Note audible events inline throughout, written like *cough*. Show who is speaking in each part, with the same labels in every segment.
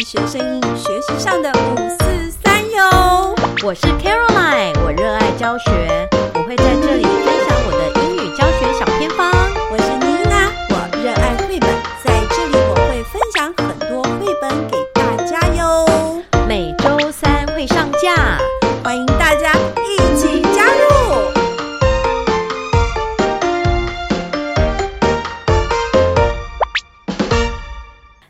Speaker 1: 医学生英语学习上的五四三哟。
Speaker 2: 我是 Caroline，我热爱教学，我会在这里分享我的英语教学小偏方。
Speaker 1: 我是妮娜，我热爱绘本，在这里我会分享很多绘本给大家哟，
Speaker 2: 每周三会上架。
Speaker 1: 欢迎大家一起加入。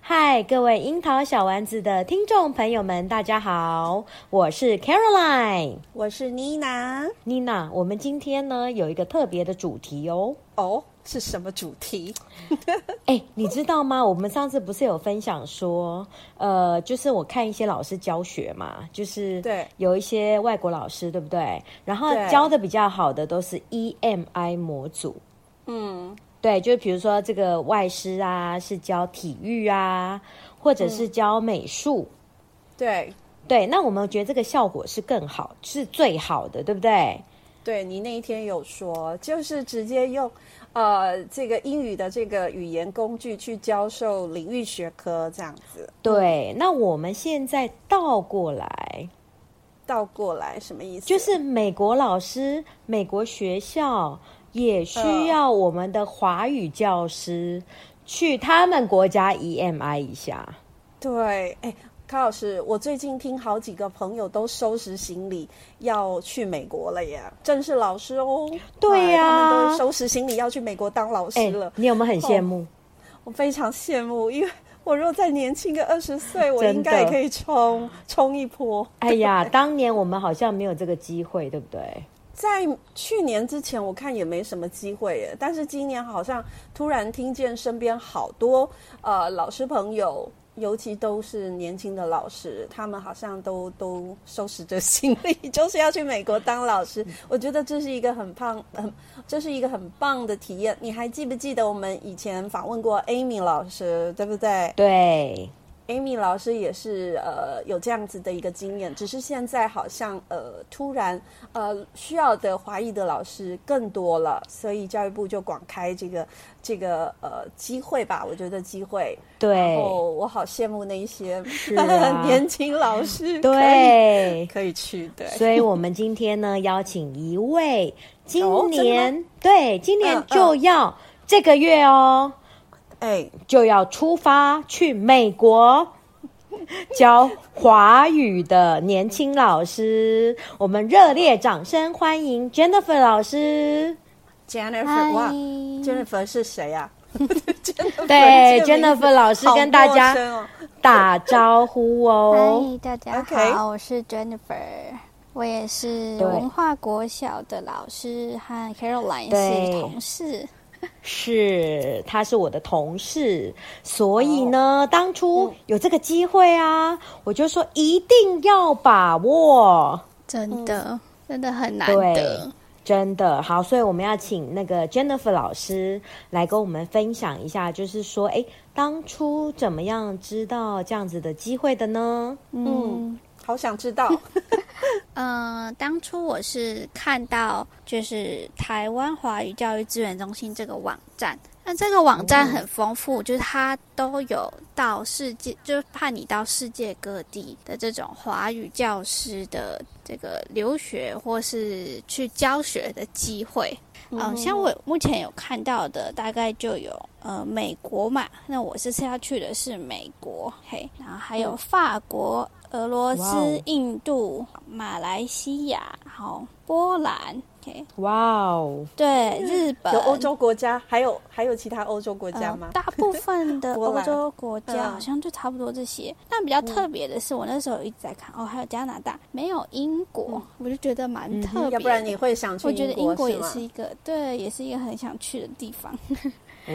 Speaker 2: 嗨，各位樱桃小丸子的听众朋友们，大家好，我是 Caroline
Speaker 1: 我是妮娜，
Speaker 2: 妮娜。我们今天呢有一个特别的主题哦。
Speaker 1: 哦，是什么主题？
Speaker 2: 哎，你知道吗？我们上次不是有分享说，呃，就是我看一些老师教学嘛，就是
Speaker 1: 对
Speaker 2: 有一些外国老师，对不对？然后
Speaker 1: 对
Speaker 2: 教的比较好的都是 EMI 模组，
Speaker 1: 嗯，
Speaker 2: 对，就比如说这个外师啊，是教体育啊，或者是教美术。
Speaker 1: 对，
Speaker 2: 对，那我们觉得这个效果是更好，是最好的，对
Speaker 1: 嗯
Speaker 2: 不对？
Speaker 1: 对你那一天有说，就是直接用呃这个英语的这个语言工具去教授领域学科这样子，
Speaker 2: 对，那我们现在倒过来，
Speaker 1: 倒过来什么意思？
Speaker 2: 就是美国老师、美国学校也需
Speaker 1: 嗯
Speaker 2: 要我们的华语教师去他们国家 EMI 一下。
Speaker 1: 对，哎，卡老师，我最近听好几个朋友都收拾行李要去美国了耶，正是老师哦，
Speaker 2: 对呀
Speaker 1: 哎他们都收拾行李要去美国当老师
Speaker 2: 哎
Speaker 1: 了，，
Speaker 2: 你有没有很羡
Speaker 1: 哦
Speaker 2: 慕？
Speaker 1: 我非常羡慕，因为我若再年轻个二十岁，我
Speaker 2: *laughs* 真的
Speaker 1: 应该也可以冲冲一波。
Speaker 2: 哎呀，当年我们好像没有这个机会，对不对？
Speaker 1: 在去年之前，我看也没什么机会耶。但是今年好像突然听见身边好多呃老师朋友，尤其都是年轻的老师，他们好像都都收拾着 *laughs* 行李，就是要去美国当老师。我觉得这是一个很棒，很这是一个很棒的体验。你还记不记得我们以前访问过 Amy 老师，对不对？
Speaker 2: 对，
Speaker 1: Amy 老师也是呃有这样子的一个经验，只是现在好像呃突然呃需要的华裔的老师更多了，所以教育部就广开这个这个呃机会吧，我觉得机会。
Speaker 2: 对，
Speaker 1: 哦，我好羡慕那一些、嗯
Speaker 2: 是啊
Speaker 1: 年轻老师，
Speaker 2: 对
Speaker 1: 可以，可以去对。
Speaker 2: 所以我们今天呢，邀请一位
Speaker 1: 哦
Speaker 2: 今
Speaker 1: 真的吗
Speaker 2: 年、对今年
Speaker 1: 嗯嗯
Speaker 2: 就要、这个月哦，
Speaker 1: 哎，
Speaker 2: 就要出发去美国教华语的年轻老师，我们热烈掌声欢迎 Jennifer 老师。
Speaker 1: Jennifer，哇，Jennifer 是谁呀、啊？Jennifer，
Speaker 2: 对
Speaker 1: 这个名字
Speaker 2: ，Jennifer 老师
Speaker 1: 好
Speaker 2: 跟大
Speaker 1: 陌
Speaker 2: 家
Speaker 1: 生哦
Speaker 2: 打招呼哦。
Speaker 3: 嗨，大家
Speaker 1: OK
Speaker 3: 好，我是 Jennifer，我也是
Speaker 2: 对
Speaker 3: 文化国小的老师，和 Caroline
Speaker 2: 对
Speaker 3: 是同事。
Speaker 2: 是，他是我的同事，所以呢，
Speaker 1: 哦
Speaker 2: 当
Speaker 1: 嗯
Speaker 2: 初有这个机会啊，我就说一定要把握，
Speaker 3: 真的，真的很难
Speaker 2: 嗯对
Speaker 3: 得。，
Speaker 2: 真的好，所以我们要请那个 Jennifer 老师来跟我们分享一下，就是说，哎，当初怎么样知道这样子的机会的呢？
Speaker 3: 嗯
Speaker 1: 嗯好想知道。
Speaker 3: 呃，当初我是看到就是台湾华语教育资源中心这个网站，那这个网站很丰富，就是它都有到世界，就是怕你到世界各地的这种华语教师的这个留学或是去教学的机会。嗯、像我目前有看到的，大概就有呃美国嘛，那我这次要去的是美国，嘿，然后还有法国、俄
Speaker 2: 哇
Speaker 3: 罗
Speaker 2: 哦
Speaker 3: 斯、印度、马来西亚，然后波兰，嘿，
Speaker 2: 哇哦，
Speaker 3: 对，日本
Speaker 1: 有欧洲国家，还有还有其他欧洲国家吗
Speaker 3: 呃？大
Speaker 1: *laughs*
Speaker 3: 部分的
Speaker 1: 波
Speaker 3: 欧
Speaker 1: 兰
Speaker 3: 洲国家
Speaker 1: 嗯
Speaker 3: 好像就差不多这些。但比较特别的是，我那时候一直在看哦，还有加拿大，没有英国，我就觉得蛮
Speaker 2: 嗯哼
Speaker 3: 呃特别的。
Speaker 1: 要不然你会想去
Speaker 3: 我觉得英国也
Speaker 1: 吗
Speaker 3: 是一个对，也是一个很想去的地方，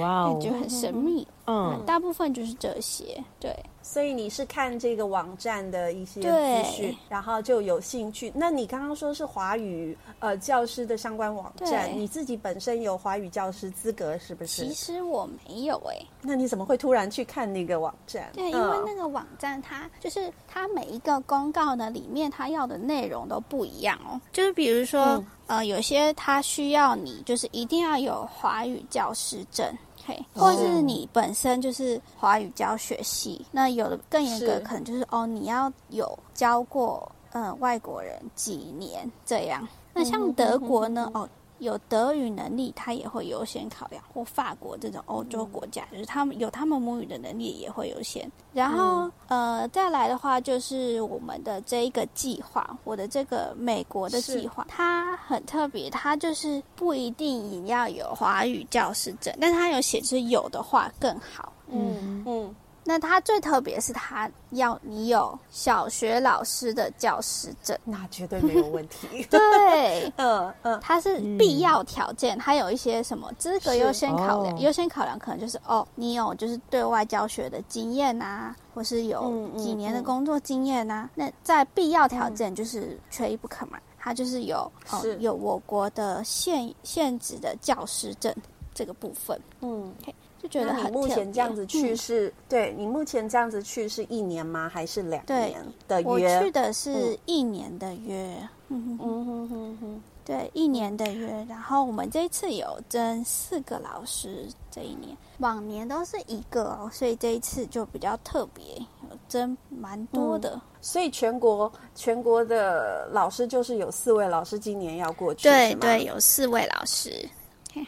Speaker 2: 哇
Speaker 3: 哎 *laughs* 感觉
Speaker 2: 哦，
Speaker 3: 很神秘。
Speaker 2: 嗯，
Speaker 3: 大部分就是这些，对
Speaker 1: 所以你是看这个网站的一些
Speaker 3: 对
Speaker 1: 资讯，然后就有兴趣。那你刚刚说是华语呃教师的相关网站，
Speaker 3: 对
Speaker 1: 你自己本身有华语教师资格是不是
Speaker 3: 其？实我没有哎、
Speaker 1: 那你怎么会突然去看那个网站？
Speaker 3: 对，因为
Speaker 1: 嗯
Speaker 3: 那个网站它就是它每一个公告呢里面它要的内容都不一样哦，就是比如说、
Speaker 1: 嗯
Speaker 3: 呃有些它需要你就是一定要有华语教师证。嘿，
Speaker 1: 哦
Speaker 3: 或者是你本身就是华语教学系，那有的更严格
Speaker 1: 是，
Speaker 3: 可能就是哦，你要有教过嗯外国人几年这样。那
Speaker 1: 嗯
Speaker 3: 像德国呢，哦，有德语能力，他也会优先考量，或法国这种欧洲国家，就是他们有他们母语的能力也会优先。然后、呃，再来的话就是我们的这一个计划，我的这个美国的
Speaker 1: 是
Speaker 3: 计划，它很特别，它就是不一定你要有华语教师证，但它有写就是有的话更好。
Speaker 1: 嗯嗯，
Speaker 3: 那它最特别是它要你有小学老师的教师证，
Speaker 1: 那绝对没有问题。 *laughs*
Speaker 3: 对，
Speaker 1: 嗯嗯，
Speaker 3: 它是必要条件，它有一些什么资格优先考量，
Speaker 2: 哦
Speaker 3: 优、先考量可能就是哦，你有就是对外教学的经验呐、或是有
Speaker 1: 嗯嗯
Speaker 3: 几年的
Speaker 1: 嗯
Speaker 3: 工作经验呐、那在必要条件就是缺一不可嘛，它就是有哦
Speaker 1: 是
Speaker 3: 有我国的现现职的教师证这个部分，
Speaker 1: 嗯，
Speaker 3: 就觉得
Speaker 1: 那
Speaker 3: 很
Speaker 1: 你目
Speaker 3: 特
Speaker 1: 前
Speaker 3: 别
Speaker 1: 这样子去
Speaker 3: 嗯
Speaker 1: 是，对你目前这样子去是一年吗？还是两
Speaker 3: 对
Speaker 1: 年的
Speaker 3: 我
Speaker 1: 约？
Speaker 3: 去的是一年的约，嗯哼，
Speaker 1: 嗯哼哼哼，
Speaker 3: 对，一年的约。然后我们这一次有征四个老师，这一年往年都是一个哦，所以这一次就比较特别，有征蛮多的。
Speaker 1: 所以全国全国的老师就是有四位老师今年要过去，
Speaker 3: 对
Speaker 1: 是吗
Speaker 3: 对，，有四位老师，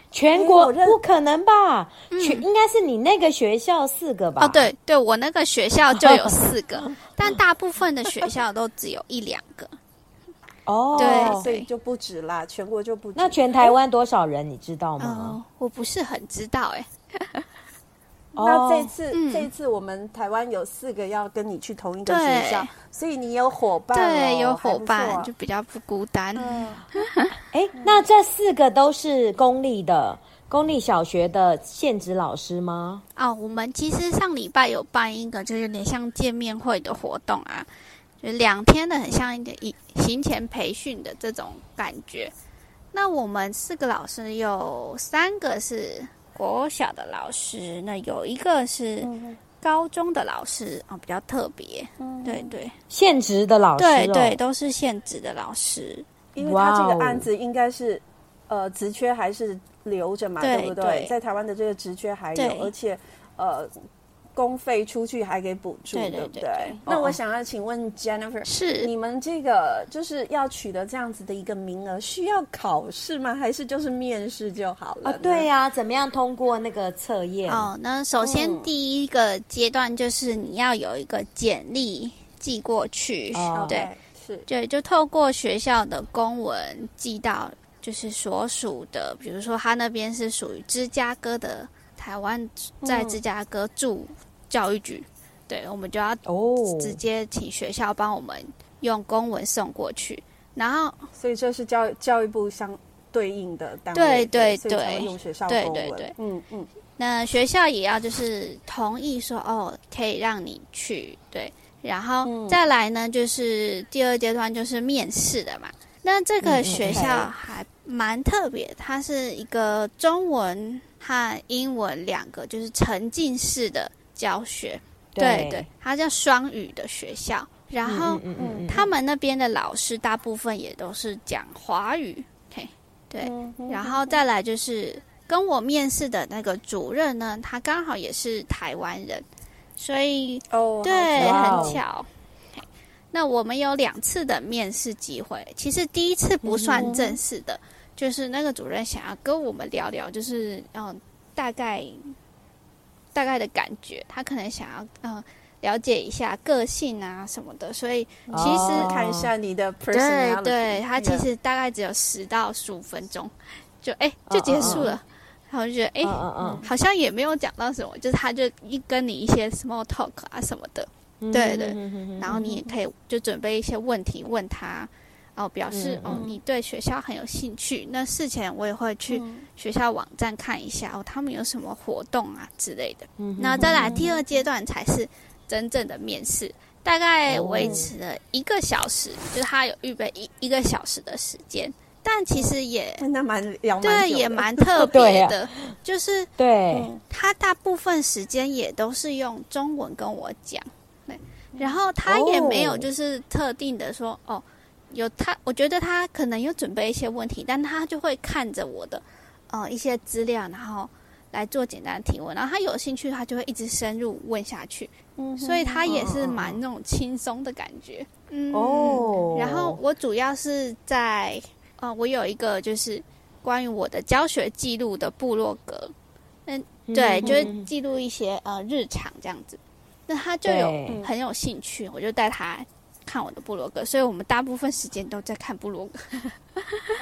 Speaker 2: 全国
Speaker 3: 哎
Speaker 1: 我认
Speaker 2: 不可能吧？全应该是你那个学校四个吧？
Speaker 3: 嗯哦，，对对，我那个学校就有四 *laughs* 个，但大部分的学校都只有一两个。
Speaker 2: 哦，
Speaker 3: 对
Speaker 1: 所以就不止啦，全国就不止。
Speaker 2: 那全台湾多少人你知道
Speaker 3: 嗯
Speaker 2: 吗？，
Speaker 3: 我不是很知道哎、
Speaker 1: 那这
Speaker 2: 哦
Speaker 1: 次、
Speaker 3: 嗯
Speaker 1: 这次我们台湾有四个要跟你去同一个
Speaker 3: 对
Speaker 1: 学校，所以你有伙伴、哦，
Speaker 3: 对，有伙
Speaker 1: 还
Speaker 3: 伴
Speaker 1: 不
Speaker 3: 就
Speaker 1: 错
Speaker 3: 比较不孤单。
Speaker 2: 哎，
Speaker 3: 嗯
Speaker 2: 那这四个都是公立的公立小学的现职老师吗？
Speaker 3: 哦，我们其实上礼拜有办一个，就有点像见面会的活动啊，就两天的，很像一个一行前培训的这种感觉。那我们四个老师有三个是国小的老师，那有一个是高中的老师啊、哦比较特别。
Speaker 1: 嗯
Speaker 3: 对对
Speaker 2: 现职的老师、
Speaker 3: 对
Speaker 2: 哦，
Speaker 3: 对，，都是现职的老师。
Speaker 1: 因为他这
Speaker 2: 哇哦
Speaker 1: 个案子应该是呃职缺还是留着嘛，
Speaker 3: 对
Speaker 1: 不对？
Speaker 3: 对
Speaker 1: 在台湾的这个职缺还
Speaker 3: 对
Speaker 1: 有，而且呃公费出去还给补助，
Speaker 3: 对对
Speaker 1: 不对？
Speaker 3: 对对
Speaker 1: 那
Speaker 3: 哦
Speaker 1: 我想要请问 Jennifer，
Speaker 3: 是
Speaker 1: 你们这个就是要取得这样子的一个名额，需要考试吗？还是就是面试就好了
Speaker 2: 啊
Speaker 1: 呢？，
Speaker 2: 对呀、怎么样通过那个测验？
Speaker 3: 哦，那首先
Speaker 1: 嗯
Speaker 3: 第一个阶段就是你要有一个简历寄过去，
Speaker 2: 哦
Speaker 3: 对。
Speaker 1: OK，是
Speaker 3: 对，就透过学校的公文寄到，就是所属的，比如说他那边是属于芝加哥的台湾，在芝加哥驻教育局，对，我们就要
Speaker 2: 哦，
Speaker 3: 直接请学校帮我们用公文送过去。然后，
Speaker 1: 所以这是教教育部相对应的单位，
Speaker 3: 对对
Speaker 1: 所以才会
Speaker 3: 对
Speaker 1: 用学校
Speaker 3: 对
Speaker 1: 公
Speaker 3: 对
Speaker 1: 文
Speaker 3: 对
Speaker 1: 嗯嗯，
Speaker 3: 那学校也要就是同意说，哦，可以让你去，对。然后
Speaker 1: 嗯
Speaker 3: 再来呢，就是第二阶段就是面试的嘛。那这个
Speaker 2: 嗯
Speaker 3: 学校还蛮特别，它是一个中文和英文两个就是沉浸式的教学，对对，它叫双语的学校。然后
Speaker 2: 嗯嗯嗯，
Speaker 3: 他们那边的老师大部分也都是讲华语，OK，对，然后再来就是跟我面试的那个主任呢，他刚好也是台湾人，所以
Speaker 1: 哦，
Speaker 3: 对，
Speaker 2: 哇哦
Speaker 3: 很巧。那我们有两次的面试机会，其实第一次不算正式的，就是那个主任想要跟我们聊聊，就是嗯、大概大概的感觉，他可能想要嗯、了解一下个性啊什么的，所以
Speaker 2: 哦
Speaker 3: 其实、
Speaker 2: 哦
Speaker 1: 看一下你的
Speaker 3: 对
Speaker 1: personality，
Speaker 3: 对，他其
Speaker 1: yeah
Speaker 3: 实大概只有十到十五分钟，就哎、就结束了，然后就觉得哎、
Speaker 2: 嗯嗯嗯
Speaker 3: 好像也没有讲到什么，就是他就一跟你一些 small talk 啊什么的，
Speaker 2: 嗯，
Speaker 3: 对对
Speaker 2: 嗯，嗯嗯
Speaker 3: 然后你也可以就准备一些问题问他，哦，表示、
Speaker 2: 嗯
Speaker 3: 哦你对学校很有兴趣。那事前我也会去
Speaker 2: 嗯
Speaker 3: 学校网站看一下，哦，他们有什么活动啊之类的。
Speaker 2: 嗯
Speaker 3: 那再来第二阶段才是真正的面试，大概
Speaker 2: 哦
Speaker 3: 维持了一个小时，就是他有预备一一个小时的时间，但其实也。
Speaker 1: 那蛮聊蛮
Speaker 3: 对，
Speaker 1: 久
Speaker 3: 也
Speaker 1: 的
Speaker 3: 蛮
Speaker 2: *laughs*
Speaker 3: 特
Speaker 2: 对
Speaker 3: 别
Speaker 2: 啊
Speaker 3: 的，就是
Speaker 2: 对，
Speaker 3: 他大部分时间也都是用中文跟我讲，对，然后他也没有
Speaker 2: 嗯哦
Speaker 3: 就是特定的说哦，有他，我觉得他可能有准备一些问题，但他就会看着我的呃一些资料，然后来做简单的提问，然后他有兴趣，他就会一直深入问下去，
Speaker 2: 嗯
Speaker 3: 所以他也是蛮那种轻松的感觉。嗯，
Speaker 2: 哦
Speaker 3: 然后我主要是在，呃，我有一个就是关于我的教学记录的部落格，
Speaker 2: 嗯
Speaker 3: 嗯对，就是记录一些呃日常这样子。那他就有
Speaker 2: 对
Speaker 3: 嗯很有兴趣，我就带他看我的部落格，所以我们大部分时间都在看部落格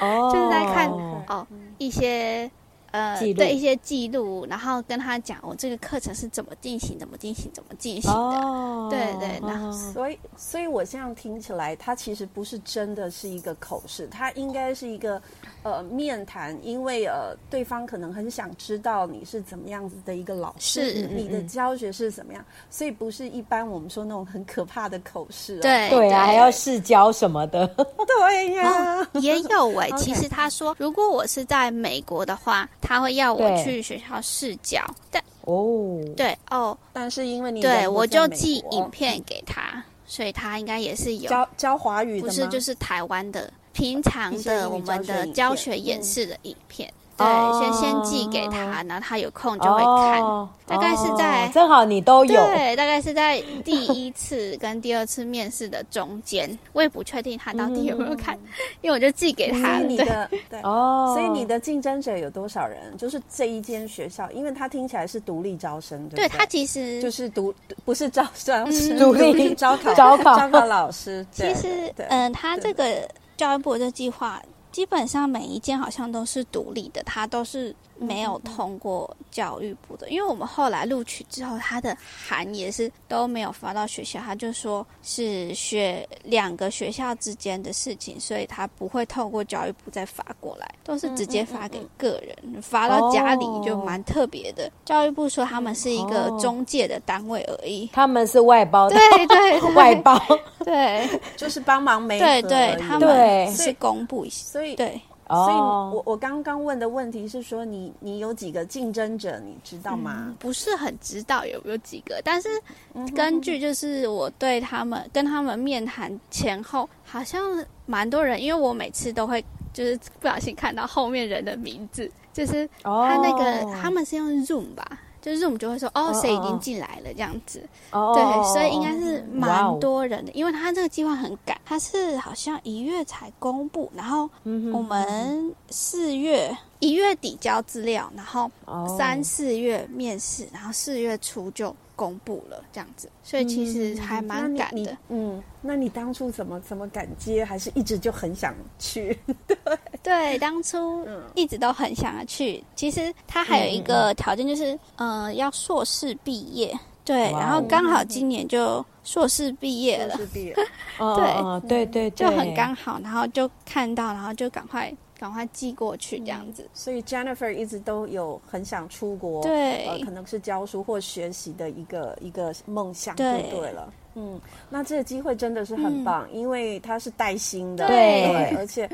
Speaker 2: 哦
Speaker 3: 就是在看
Speaker 1: 哦
Speaker 3: 哦一些呃
Speaker 2: 记录
Speaker 3: 对一些记录，然后跟他讲我、这个课程是怎么进行、怎么进行、怎么进行的。
Speaker 2: 哦，
Speaker 3: *laughs* 对对然后
Speaker 2: 哦
Speaker 1: 所以，所以我这样听起来，它其实不是真的是一个口试，它应该是一个呃面谈，因为呃对方可能很想知道你是怎么样子的一个老师，
Speaker 3: 是
Speaker 1: 你
Speaker 2: 嗯
Speaker 1: 的
Speaker 2: 嗯
Speaker 1: 教学是怎么样，所以不是一般我们说那种很可怕的口试、哦。
Speaker 3: 对
Speaker 2: 对啊，
Speaker 3: *laughs*
Speaker 2: 还要试教什么的，
Speaker 1: 对呀、
Speaker 3: 也
Speaker 2: *laughs*
Speaker 3: 有哎、
Speaker 1: OK
Speaker 3: 其实他说，如果我是在美国的话，他会要我
Speaker 2: 对
Speaker 3: 去学校试教，但
Speaker 2: 哦，
Speaker 3: 对哦，
Speaker 1: 但是因为你人
Speaker 3: 对
Speaker 1: 不
Speaker 3: 我
Speaker 1: 在
Speaker 3: 就
Speaker 1: 美
Speaker 3: 寄
Speaker 1: 国
Speaker 3: 影片给他，所以他应该也是有，
Speaker 1: 教教华语的
Speaker 3: 不是
Speaker 1: 吗
Speaker 3: 就是台湾的平常
Speaker 1: 一些英
Speaker 3: 的
Speaker 1: 语
Speaker 3: 我们
Speaker 1: 教学
Speaker 3: 的
Speaker 1: 影片嗯
Speaker 3: 教学演示的影片，
Speaker 2: 哦
Speaker 3: 对，先先寄给他，然后他有空就会看。
Speaker 2: 哦
Speaker 3: 大概是在
Speaker 2: 哦正好你都有，
Speaker 3: 对，大概是在第一次跟第二次面试的中间，我也不确定他到底有没有看，因为我就寄给
Speaker 1: 所
Speaker 3: 他
Speaker 1: 嗯以你
Speaker 3: 对，
Speaker 1: 的对。
Speaker 2: 哦，
Speaker 1: 所以你的竞争者有多少人？就是这一间学校，因为它听起来是独立招生，对不对
Speaker 3: 对他其实
Speaker 1: 就是独不是招招
Speaker 3: 嗯
Speaker 1: 生，
Speaker 2: 独立
Speaker 1: 招考
Speaker 2: 招考
Speaker 1: 招考老师。对
Speaker 3: 其实
Speaker 1: 对，
Speaker 3: 嗯，他
Speaker 1: 对
Speaker 3: 这个教育部的计划，基本上每一件好像都是独立的，他都是没有通过教育部的。因为我们后来录取之后，他的函也是都没有发到学校，他就说是学两个学校之间的事情，所以他不会透过教育部再发过来，都是直接发给个人，发到家里就蛮特别的。教育部说他们是一个
Speaker 2: 哦
Speaker 3: 中介的单位而
Speaker 2: *laughs*
Speaker 3: 已。
Speaker 2: 他们是外包的，
Speaker 3: 对对对
Speaker 2: *laughs* 外
Speaker 3: *laughs*
Speaker 2: 包，
Speaker 3: 对，
Speaker 1: 就是帮忙媒合
Speaker 3: 对对
Speaker 1: 而，已
Speaker 3: 他
Speaker 2: 对
Speaker 3: 们是公布一下。
Speaker 1: 所以
Speaker 3: 对，
Speaker 1: 所以
Speaker 2: 哦
Speaker 1: 我我刚刚问的问题是说你你有几个竞争者，你知道吗？
Speaker 3: 嗯不是很知道有没有几个，但是
Speaker 2: 嗯
Speaker 3: 根据就是我对他们跟他们面谈前后，好像蛮多人，因为我每次都会就是不小心看到后面人的名字，就是
Speaker 2: 哦，
Speaker 3: 他那个、他们是用 Zoom 吧，就是 Zoom 就会说哦
Speaker 2: 哦
Speaker 3: 谁已
Speaker 2: 哦
Speaker 3: 经进来了这样子，
Speaker 2: 哦，
Speaker 3: 对
Speaker 2: 哦，
Speaker 3: 所以应该是
Speaker 2: 哇哦
Speaker 3: 蛮多人的，因为他这个计划很赶，他是好像一月才公布，然后
Speaker 2: 嗯
Speaker 3: 我们四月一月底交资料，然后
Speaker 2: 哦
Speaker 3: 三四月面试，然后四月初就公布了这样子，所以其实还
Speaker 1: 那
Speaker 3: 蛮
Speaker 1: 你
Speaker 3: 赶
Speaker 1: 你
Speaker 3: 的。
Speaker 1: 嗯，那你当初怎么怎么敢接？还是一直就很想去？
Speaker 2: 嗯
Speaker 3: 对，当初一直都很想要去。其实他还有一个
Speaker 2: 嗯
Speaker 3: 条件就是，嗯、要硕士毕业。对，
Speaker 2: 哇哦
Speaker 3: 然后刚好今年就硕士毕业了
Speaker 1: 就。是毕业
Speaker 2: 嗯
Speaker 3: 对
Speaker 2: 嗯嗯对对，
Speaker 3: 就
Speaker 2: 对
Speaker 3: 很刚好，然后就看到，然后就赶快赶快寄过去这样
Speaker 2: 嗯
Speaker 3: 子。
Speaker 1: 所以 Jennifer 一直都有很想出国，
Speaker 3: 对
Speaker 1: 呃，可能是教书或学习的一个一个梦想，就
Speaker 3: 对嗯
Speaker 1: 对了。嗯，那这个机会真的是很棒，因为它是带薪的，
Speaker 2: 对
Speaker 1: 而且。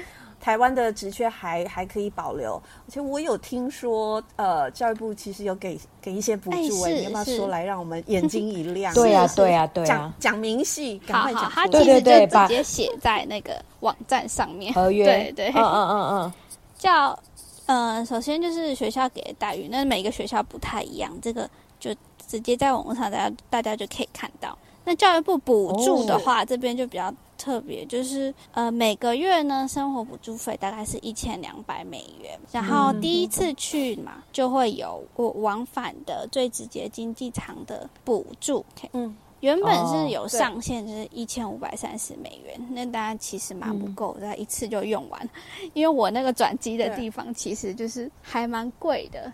Speaker 1: 台湾的职缺还还可以保留，而且我有听说，呃，教育部其实有给给一些补助、
Speaker 3: 哎
Speaker 1: 哎、
Speaker 3: 是
Speaker 1: 你要不要
Speaker 3: 是
Speaker 1: 说来让我们眼睛一
Speaker 3: *laughs*
Speaker 1: 亮？
Speaker 2: 对呀
Speaker 1: 呀、
Speaker 2: 对呀对啊
Speaker 1: 讲
Speaker 2: 呀，
Speaker 1: 讲明细，赶
Speaker 3: 好
Speaker 1: 快
Speaker 3: 好，
Speaker 1: 讲
Speaker 3: 他
Speaker 1: 出
Speaker 3: 其
Speaker 1: 来。
Speaker 2: 对
Speaker 3: 实
Speaker 2: 对对
Speaker 3: 就
Speaker 2: 把
Speaker 3: 直接写在那个网站上面，
Speaker 2: 合约，
Speaker 3: 对对，
Speaker 2: 嗯嗯嗯
Speaker 3: 叫呃，首先就是学校给的待遇，那每个学校不太一样，这个就直接在网络上大家大家就可以看到。那教育部补助的话，这边就比较特别，就是呃每个月呢生活补助费大概是一千两百美元，然后第一次去嘛就会有我往返的最直接经济舱的补助，
Speaker 1: 嗯，
Speaker 3: 原本
Speaker 2: 哦
Speaker 3: 是有上限，就是一千五百三十美元，那大家其实蛮不够，大概一次就用完。因为我那个转机的地方其实就是还蛮贵的，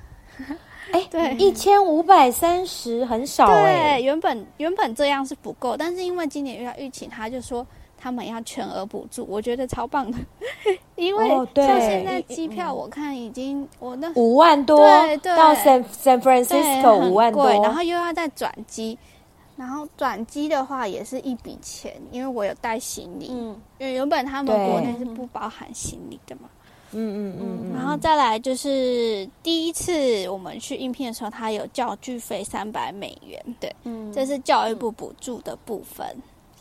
Speaker 2: 嗯，
Speaker 3: 对
Speaker 2: 哎，一千五百三十很少哎
Speaker 3: 对，，原本原本这样是不够，但是因为今年遇到疫情，他就说他们要全额补助，我觉得超棒的， *laughs* 因为
Speaker 2: 哦对
Speaker 3: 像现在机票我看已经我那
Speaker 2: 五万多
Speaker 3: 对对
Speaker 2: 到 San San
Speaker 3: 对
Speaker 2: Francisco
Speaker 3: 很
Speaker 2: 五万多，
Speaker 3: 贵，然后又要再转机。然后转机的话也是一笔钱，因为我有带行李，
Speaker 1: 嗯，
Speaker 3: 因为原本他们国内
Speaker 1: 对
Speaker 3: 是不包含行李的嘛。
Speaker 2: 嗯嗯嗯嗯，
Speaker 3: 然后再来就是第一次我们去应聘的时候，他有教具费三百美元，对，
Speaker 1: 嗯
Speaker 3: 这是教育部补助的部分。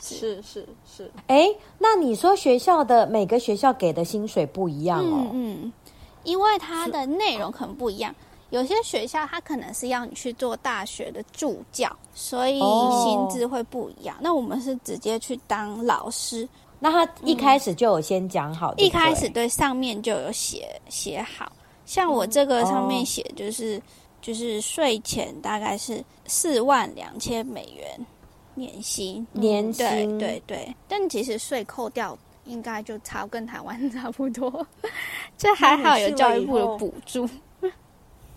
Speaker 1: 是是是，
Speaker 2: 哎，那你说学校的每个学校给的薪水不一样
Speaker 3: 嗯
Speaker 2: 哦，
Speaker 3: 嗯，因为它的内容可能不一样，有些学校它可能是要你去做大学的助教，所以
Speaker 2: 哦
Speaker 3: 薪资会不一样。那我们是直接去当老师，
Speaker 2: 那他一开始就有先讲好，对
Speaker 3: 一
Speaker 2: 不
Speaker 3: 开始
Speaker 2: 对
Speaker 3: 对上面就有写写好，像我这个上面写就是、就是税前大概是四万两千美元嗯年薪，
Speaker 2: 年薪
Speaker 3: 对对对，但其实税扣掉应该就差跟台湾差不多， *laughs* 这还好有教育部的补助。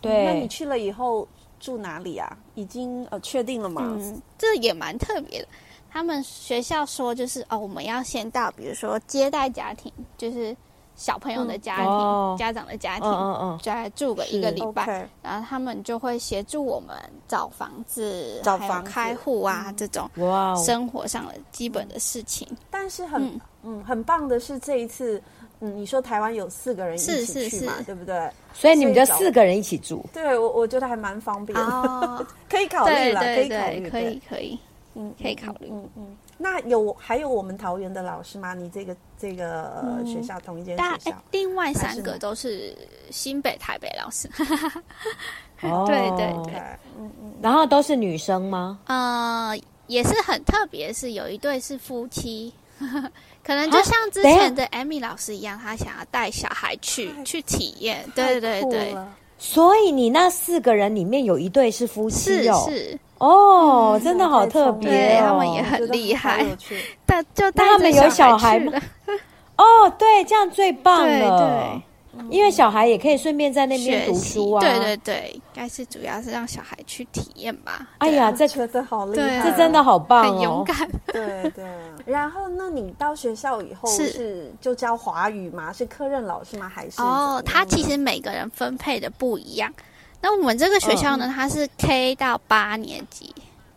Speaker 1: 那你
Speaker 2: 对，
Speaker 1: 去了以后住哪里啊？已经呃确定了吗？
Speaker 3: 嗯，这也蛮特别的。他们学校说就是哦，我们要先到，比如说接待家庭，就是小朋友的家庭、
Speaker 2: 嗯哦
Speaker 3: 家长的家
Speaker 2: 嗯
Speaker 3: 庭，
Speaker 2: 嗯嗯，
Speaker 3: 再住个一
Speaker 2: 是
Speaker 3: 个礼拜。
Speaker 1: OK，
Speaker 3: 然后他们就会协助我们找房子、
Speaker 1: 找
Speaker 3: 还有
Speaker 1: 房子嗯
Speaker 3: 开户啊、这种
Speaker 2: 哇哦，
Speaker 3: 生活上的基本的事情。
Speaker 1: 但是很嗯很棒的是这一次，嗯，你说台湾有四个人一
Speaker 3: 是
Speaker 1: 起
Speaker 3: 是
Speaker 1: 去嘛，
Speaker 3: 是
Speaker 1: 对不对？
Speaker 2: 所以你们就
Speaker 1: 所以找
Speaker 2: 四个人一起住，
Speaker 1: 对我我觉得还蛮方便的，
Speaker 3: *laughs* 哦，
Speaker 1: 可以考虑
Speaker 3: 对
Speaker 1: 了，
Speaker 3: 对
Speaker 1: 可以考
Speaker 3: 对，
Speaker 1: 虑，
Speaker 3: 可以
Speaker 1: 对，
Speaker 3: 可以，
Speaker 1: 嗯，
Speaker 3: 可以考虑
Speaker 1: 嗯嗯。那有还有我们桃园的老师吗？你这个这个、呃学校同一间
Speaker 3: 嗯大
Speaker 1: 学
Speaker 3: 哎
Speaker 1: 校，
Speaker 3: 另外
Speaker 1: 还
Speaker 3: 三
Speaker 1: 是
Speaker 3: 个
Speaker 1: 哪
Speaker 3: 都是新北、台北老师。 *laughs*
Speaker 2: 哦，
Speaker 3: 对对
Speaker 1: 对
Speaker 3: 对，
Speaker 1: 嗯嗯，
Speaker 2: 然后都是女生吗？
Speaker 3: 呃，也是很特别，是有一对是夫妻， *laughs* 可能
Speaker 2: 啊
Speaker 3: 就像之
Speaker 2: 等一下
Speaker 3: 前的 Amy 老师一样，她想要带小孩去
Speaker 1: 太
Speaker 3: 去体验。对对
Speaker 1: 太酷
Speaker 3: 对，
Speaker 1: 了
Speaker 2: 所以你那四个人里面有一对是夫
Speaker 3: 是
Speaker 2: 妻哦，
Speaker 3: 是，
Speaker 2: 哦，
Speaker 1: 嗯
Speaker 2: 真的好特
Speaker 1: 太聪明
Speaker 2: 别
Speaker 3: 对
Speaker 1: 了
Speaker 3: 他
Speaker 2: 哦
Speaker 3: 们也很
Speaker 1: 嗯我觉得
Speaker 3: 厉害
Speaker 1: 好有趣
Speaker 3: 但就带
Speaker 2: 那他们有
Speaker 3: 着
Speaker 2: 小孩
Speaker 3: 去
Speaker 2: 吗
Speaker 3: 了。
Speaker 2: 哦，对，这样最棒
Speaker 3: 对
Speaker 2: 了，对，因为小孩也可以顺便在那边
Speaker 3: 学
Speaker 2: 读
Speaker 3: 习，
Speaker 2: 书啊，
Speaker 3: 对对对，应该是主要是让小孩去体验吧。
Speaker 2: 哎呀，
Speaker 1: 我
Speaker 2: 这
Speaker 1: 觉得好厉
Speaker 3: 啊
Speaker 1: 害，
Speaker 3: 对啊
Speaker 2: 这真的好棒
Speaker 3: 很勇
Speaker 2: 哦， *laughs*
Speaker 3: 敢，
Speaker 1: 对对。 *laughs* 然后，那你到学校以后
Speaker 3: 是
Speaker 1: 是就教华语吗？是科任老师吗？还是
Speaker 3: 哦，
Speaker 1: 怎么
Speaker 3: 它
Speaker 1: 样
Speaker 3: 其实每个人分配的不一样。那我们这个学校
Speaker 2: 嗯
Speaker 3: 呢，它是 K 到八年级，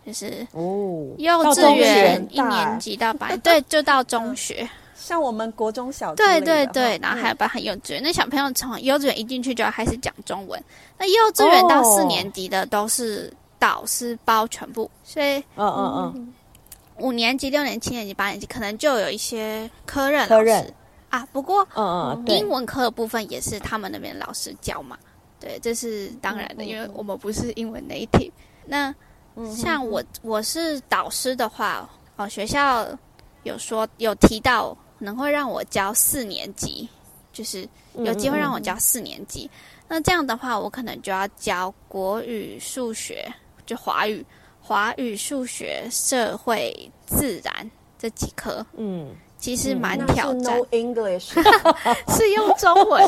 Speaker 3: 就是
Speaker 2: 哦，
Speaker 3: 幼
Speaker 2: 到
Speaker 3: 稚
Speaker 2: 中哎
Speaker 3: 园
Speaker 1: 学
Speaker 3: 一年级到
Speaker 2: *laughs*
Speaker 3: 八，对，就到
Speaker 2: 嗯
Speaker 3: 中学。
Speaker 1: 像我们国中小之
Speaker 3: 对
Speaker 1: 类的
Speaker 3: 对
Speaker 1: 哈嗯
Speaker 3: 对，然后还
Speaker 2: 嗯
Speaker 3: 有包含幼稚园。那小朋友从幼稚园一进去就要开始讲中文，那幼稚园到四
Speaker 2: 哦
Speaker 3: 年级的都是导师包全部，所以
Speaker 2: 嗯嗯嗯，
Speaker 3: 五年级、六年级、七年级、八年级，可能就有一些科任
Speaker 2: 科
Speaker 3: 老
Speaker 2: 任
Speaker 3: 师啊。不过
Speaker 2: 嗯嗯，对
Speaker 3: 英，文课的部分也是他们那边老师教嘛，对，这是当然的，
Speaker 1: 嗯嗯
Speaker 3: 因为我们不是英文 native。那
Speaker 1: 嗯
Speaker 3: 像我我是导师的话，哦，学校有说有提到可能会让我教四年级，就是有机会
Speaker 1: 嗯
Speaker 3: 让我教四年级。那这样的话，我可能就要教国语、数学，就华语、华语、数学、社会、自然这几科，
Speaker 2: 嗯，
Speaker 3: 其实蛮
Speaker 1: 那是
Speaker 3: 挑战。
Speaker 1: No English，
Speaker 3: *laughs* 是用中
Speaker 1: *laughs*
Speaker 3: 文，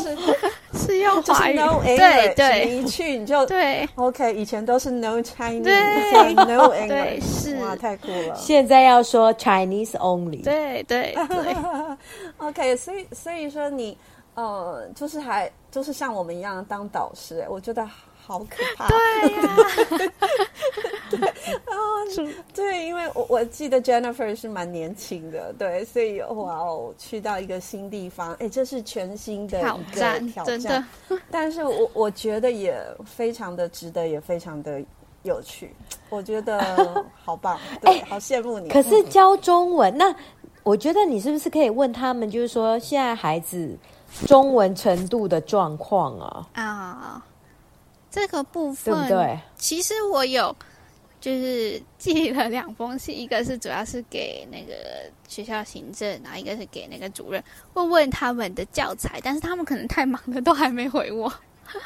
Speaker 3: 是用
Speaker 1: 就是
Speaker 3: 华语，
Speaker 1: No English，
Speaker 3: *laughs* 对对
Speaker 1: 你一去你就
Speaker 3: 对
Speaker 1: OK，以前都是 No Chinese，
Speaker 3: 对
Speaker 1: 现在 No
Speaker 3: *laughs* 对
Speaker 1: English，
Speaker 3: 是，
Speaker 1: 哇，太酷了。
Speaker 2: 现在要说 Chinese only，
Speaker 3: 对对
Speaker 1: *laughs*
Speaker 3: 对
Speaker 1: OK，所以所以说你呃，就是还就是像我们一样当导师，哎我觉得好可怕。
Speaker 3: 对呀， *laughs*
Speaker 1: 对，因为我我记得 Jennifer 是蛮年轻的，对，所以哇哦，去到一个新地方，哎，这是全新的
Speaker 3: 挑
Speaker 1: 一个
Speaker 3: 战
Speaker 1: 挑
Speaker 3: 真的
Speaker 1: 战，但是我我觉得也非常的值得，也非常的有趣，我觉
Speaker 3: *laughs*
Speaker 1: 得好棒，对，
Speaker 3: 哎
Speaker 1: 好羡慕你。
Speaker 2: 可是
Speaker 1: 嗯
Speaker 2: 教中文，那我觉得你是不是可以问他们，就是说现在孩子中文程度的状况啊，
Speaker 3: 啊。这个部
Speaker 2: 对
Speaker 3: 分，
Speaker 2: 不对？
Speaker 3: 其实我有就是寄了两封信，一个是主要是给那个学校行政，然后一个是给那个主任，问问他们的教材，但是他们可能太忙了，都还没回我。 *laughs*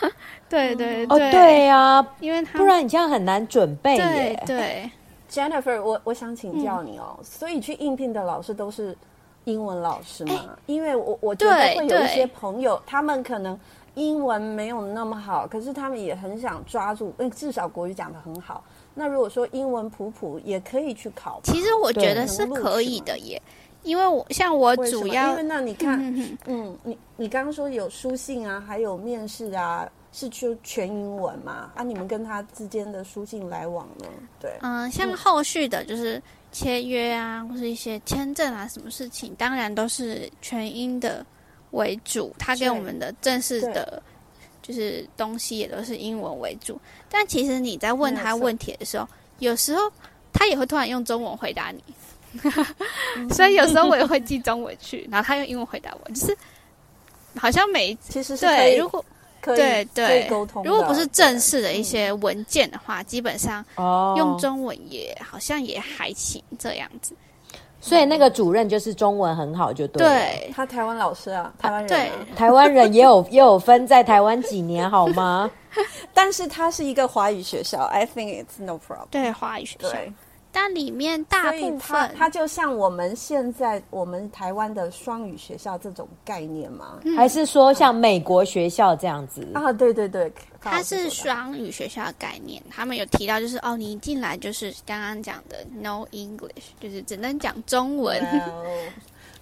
Speaker 3: 对对
Speaker 2: 哦，对呀、
Speaker 3: 因为他
Speaker 2: 不
Speaker 3: 们
Speaker 2: 然你这样很难准备
Speaker 3: 对
Speaker 2: 耶。
Speaker 3: 对
Speaker 1: Jennifer，我我想请
Speaker 3: 嗯
Speaker 1: 教你哦，所以去应聘的老师都是英文老师吗？因为我我觉得会
Speaker 3: 对
Speaker 1: 有一
Speaker 3: 哎对
Speaker 1: 些朋友，他们可能英文没有那么好，可是他们也很想抓住，嗯，至少国语讲的很好。那如果说英文普普，也可以去考吧。
Speaker 3: 其实我觉
Speaker 2: 对
Speaker 3: 得
Speaker 1: 能
Speaker 3: 是
Speaker 1: 录
Speaker 3: 可
Speaker 1: 取
Speaker 3: 以
Speaker 1: 吗
Speaker 3: 的耶，因为我像我
Speaker 1: 为什
Speaker 3: 主
Speaker 1: 么
Speaker 3: 要
Speaker 1: 因为那你看，嗯，你你刚刚说有书信啊，还有面试啊，是就全英文嘛？啊，你们跟他之间的书信来往呢？对，
Speaker 3: 嗯、像后续的就是签约啊，或是一些签证啊，什么事情，当然都是全英的为主。他给
Speaker 1: 对
Speaker 3: 我们的正式的，就是东西也都是英文为主。但其实你在问
Speaker 1: 没有
Speaker 3: 他
Speaker 1: 错
Speaker 3: 问题的时候，有时候他也会突然用中文回答你，
Speaker 1: 嗯
Speaker 3: *laughs* 所以有时候我也会记中文去，然后他用英文回答我，就是好像每一
Speaker 1: 其实是可
Speaker 3: 对，
Speaker 1: 以
Speaker 3: 如果
Speaker 1: 可以可
Speaker 3: 对
Speaker 1: 以
Speaker 3: 对
Speaker 1: 沟通的。
Speaker 3: 如果不是正式的
Speaker 1: 对嗯
Speaker 3: 一些文件的话，基本上
Speaker 2: 哦，
Speaker 3: 用中文也好像也还行这样子。
Speaker 2: 所以那个主任就是中文很好，就对
Speaker 1: 嗯
Speaker 2: 了。
Speaker 3: 对，
Speaker 1: 他台湾老师啊，台湾人、啊
Speaker 3: 对
Speaker 2: 台湾人也有 *laughs* 也有分在台湾几年好吗？
Speaker 1: 但是他是一个华语学校，I think it's no problem。
Speaker 3: 对，华语学校，
Speaker 1: 对，
Speaker 3: 但里面大
Speaker 1: 所以
Speaker 3: 部
Speaker 1: 他
Speaker 3: 分
Speaker 1: 他就像我们现在我们台湾的双语学校这种概念嘛。
Speaker 3: 嗯
Speaker 2: 还是说像美国学校这样子？
Speaker 1: 啊，对对对，
Speaker 3: 它是
Speaker 1: 双
Speaker 3: 双语学校的概念，他们有提到就是哦，你一进来就是刚刚讲的 no English，就是只能讲中文。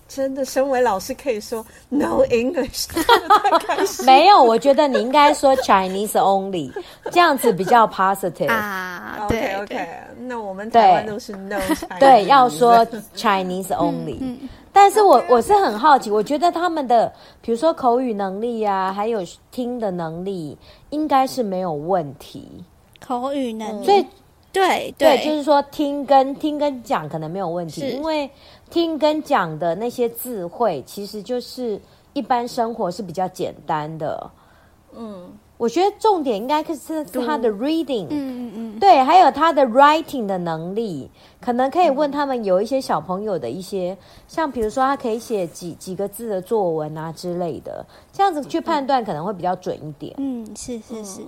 Speaker 1: 真的，身为老师可以说 no
Speaker 2: *laughs*
Speaker 1: English，真的太开心了。
Speaker 2: 没有，我觉得你应该说 Chinese only，这样子比
Speaker 3: *laughs*
Speaker 2: 较 positive。
Speaker 3: 啊，对
Speaker 1: OK
Speaker 3: 对
Speaker 1: OK，那我们台湾
Speaker 2: 对
Speaker 1: 都是 no，
Speaker 2: 对，要
Speaker 1: Chinese
Speaker 3: *laughs*
Speaker 2: 说 Chinese only。但
Speaker 3: 嗯
Speaker 2: 是我我是很好奇，我觉得他们的比如说口语能力啊，还有听的能力，应该是没有问题。
Speaker 3: 口语能力，
Speaker 2: 所以
Speaker 3: 对
Speaker 2: 对，就是说听跟听跟讲可能没有问题，
Speaker 3: 是
Speaker 2: 因为听跟讲的那些智慧，其实就是一般生活是比较简单的。嗯，我觉得重点应该是是他的 reading，
Speaker 3: 嗯嗯嗯，
Speaker 2: 对，还有他的 writing 的能力，可能可以问他们有一些小朋友的一些，像比如说他可以写几几个字的作文啊之类的，这样子去判断可能会比较准一点。
Speaker 3: 嗯，是是是，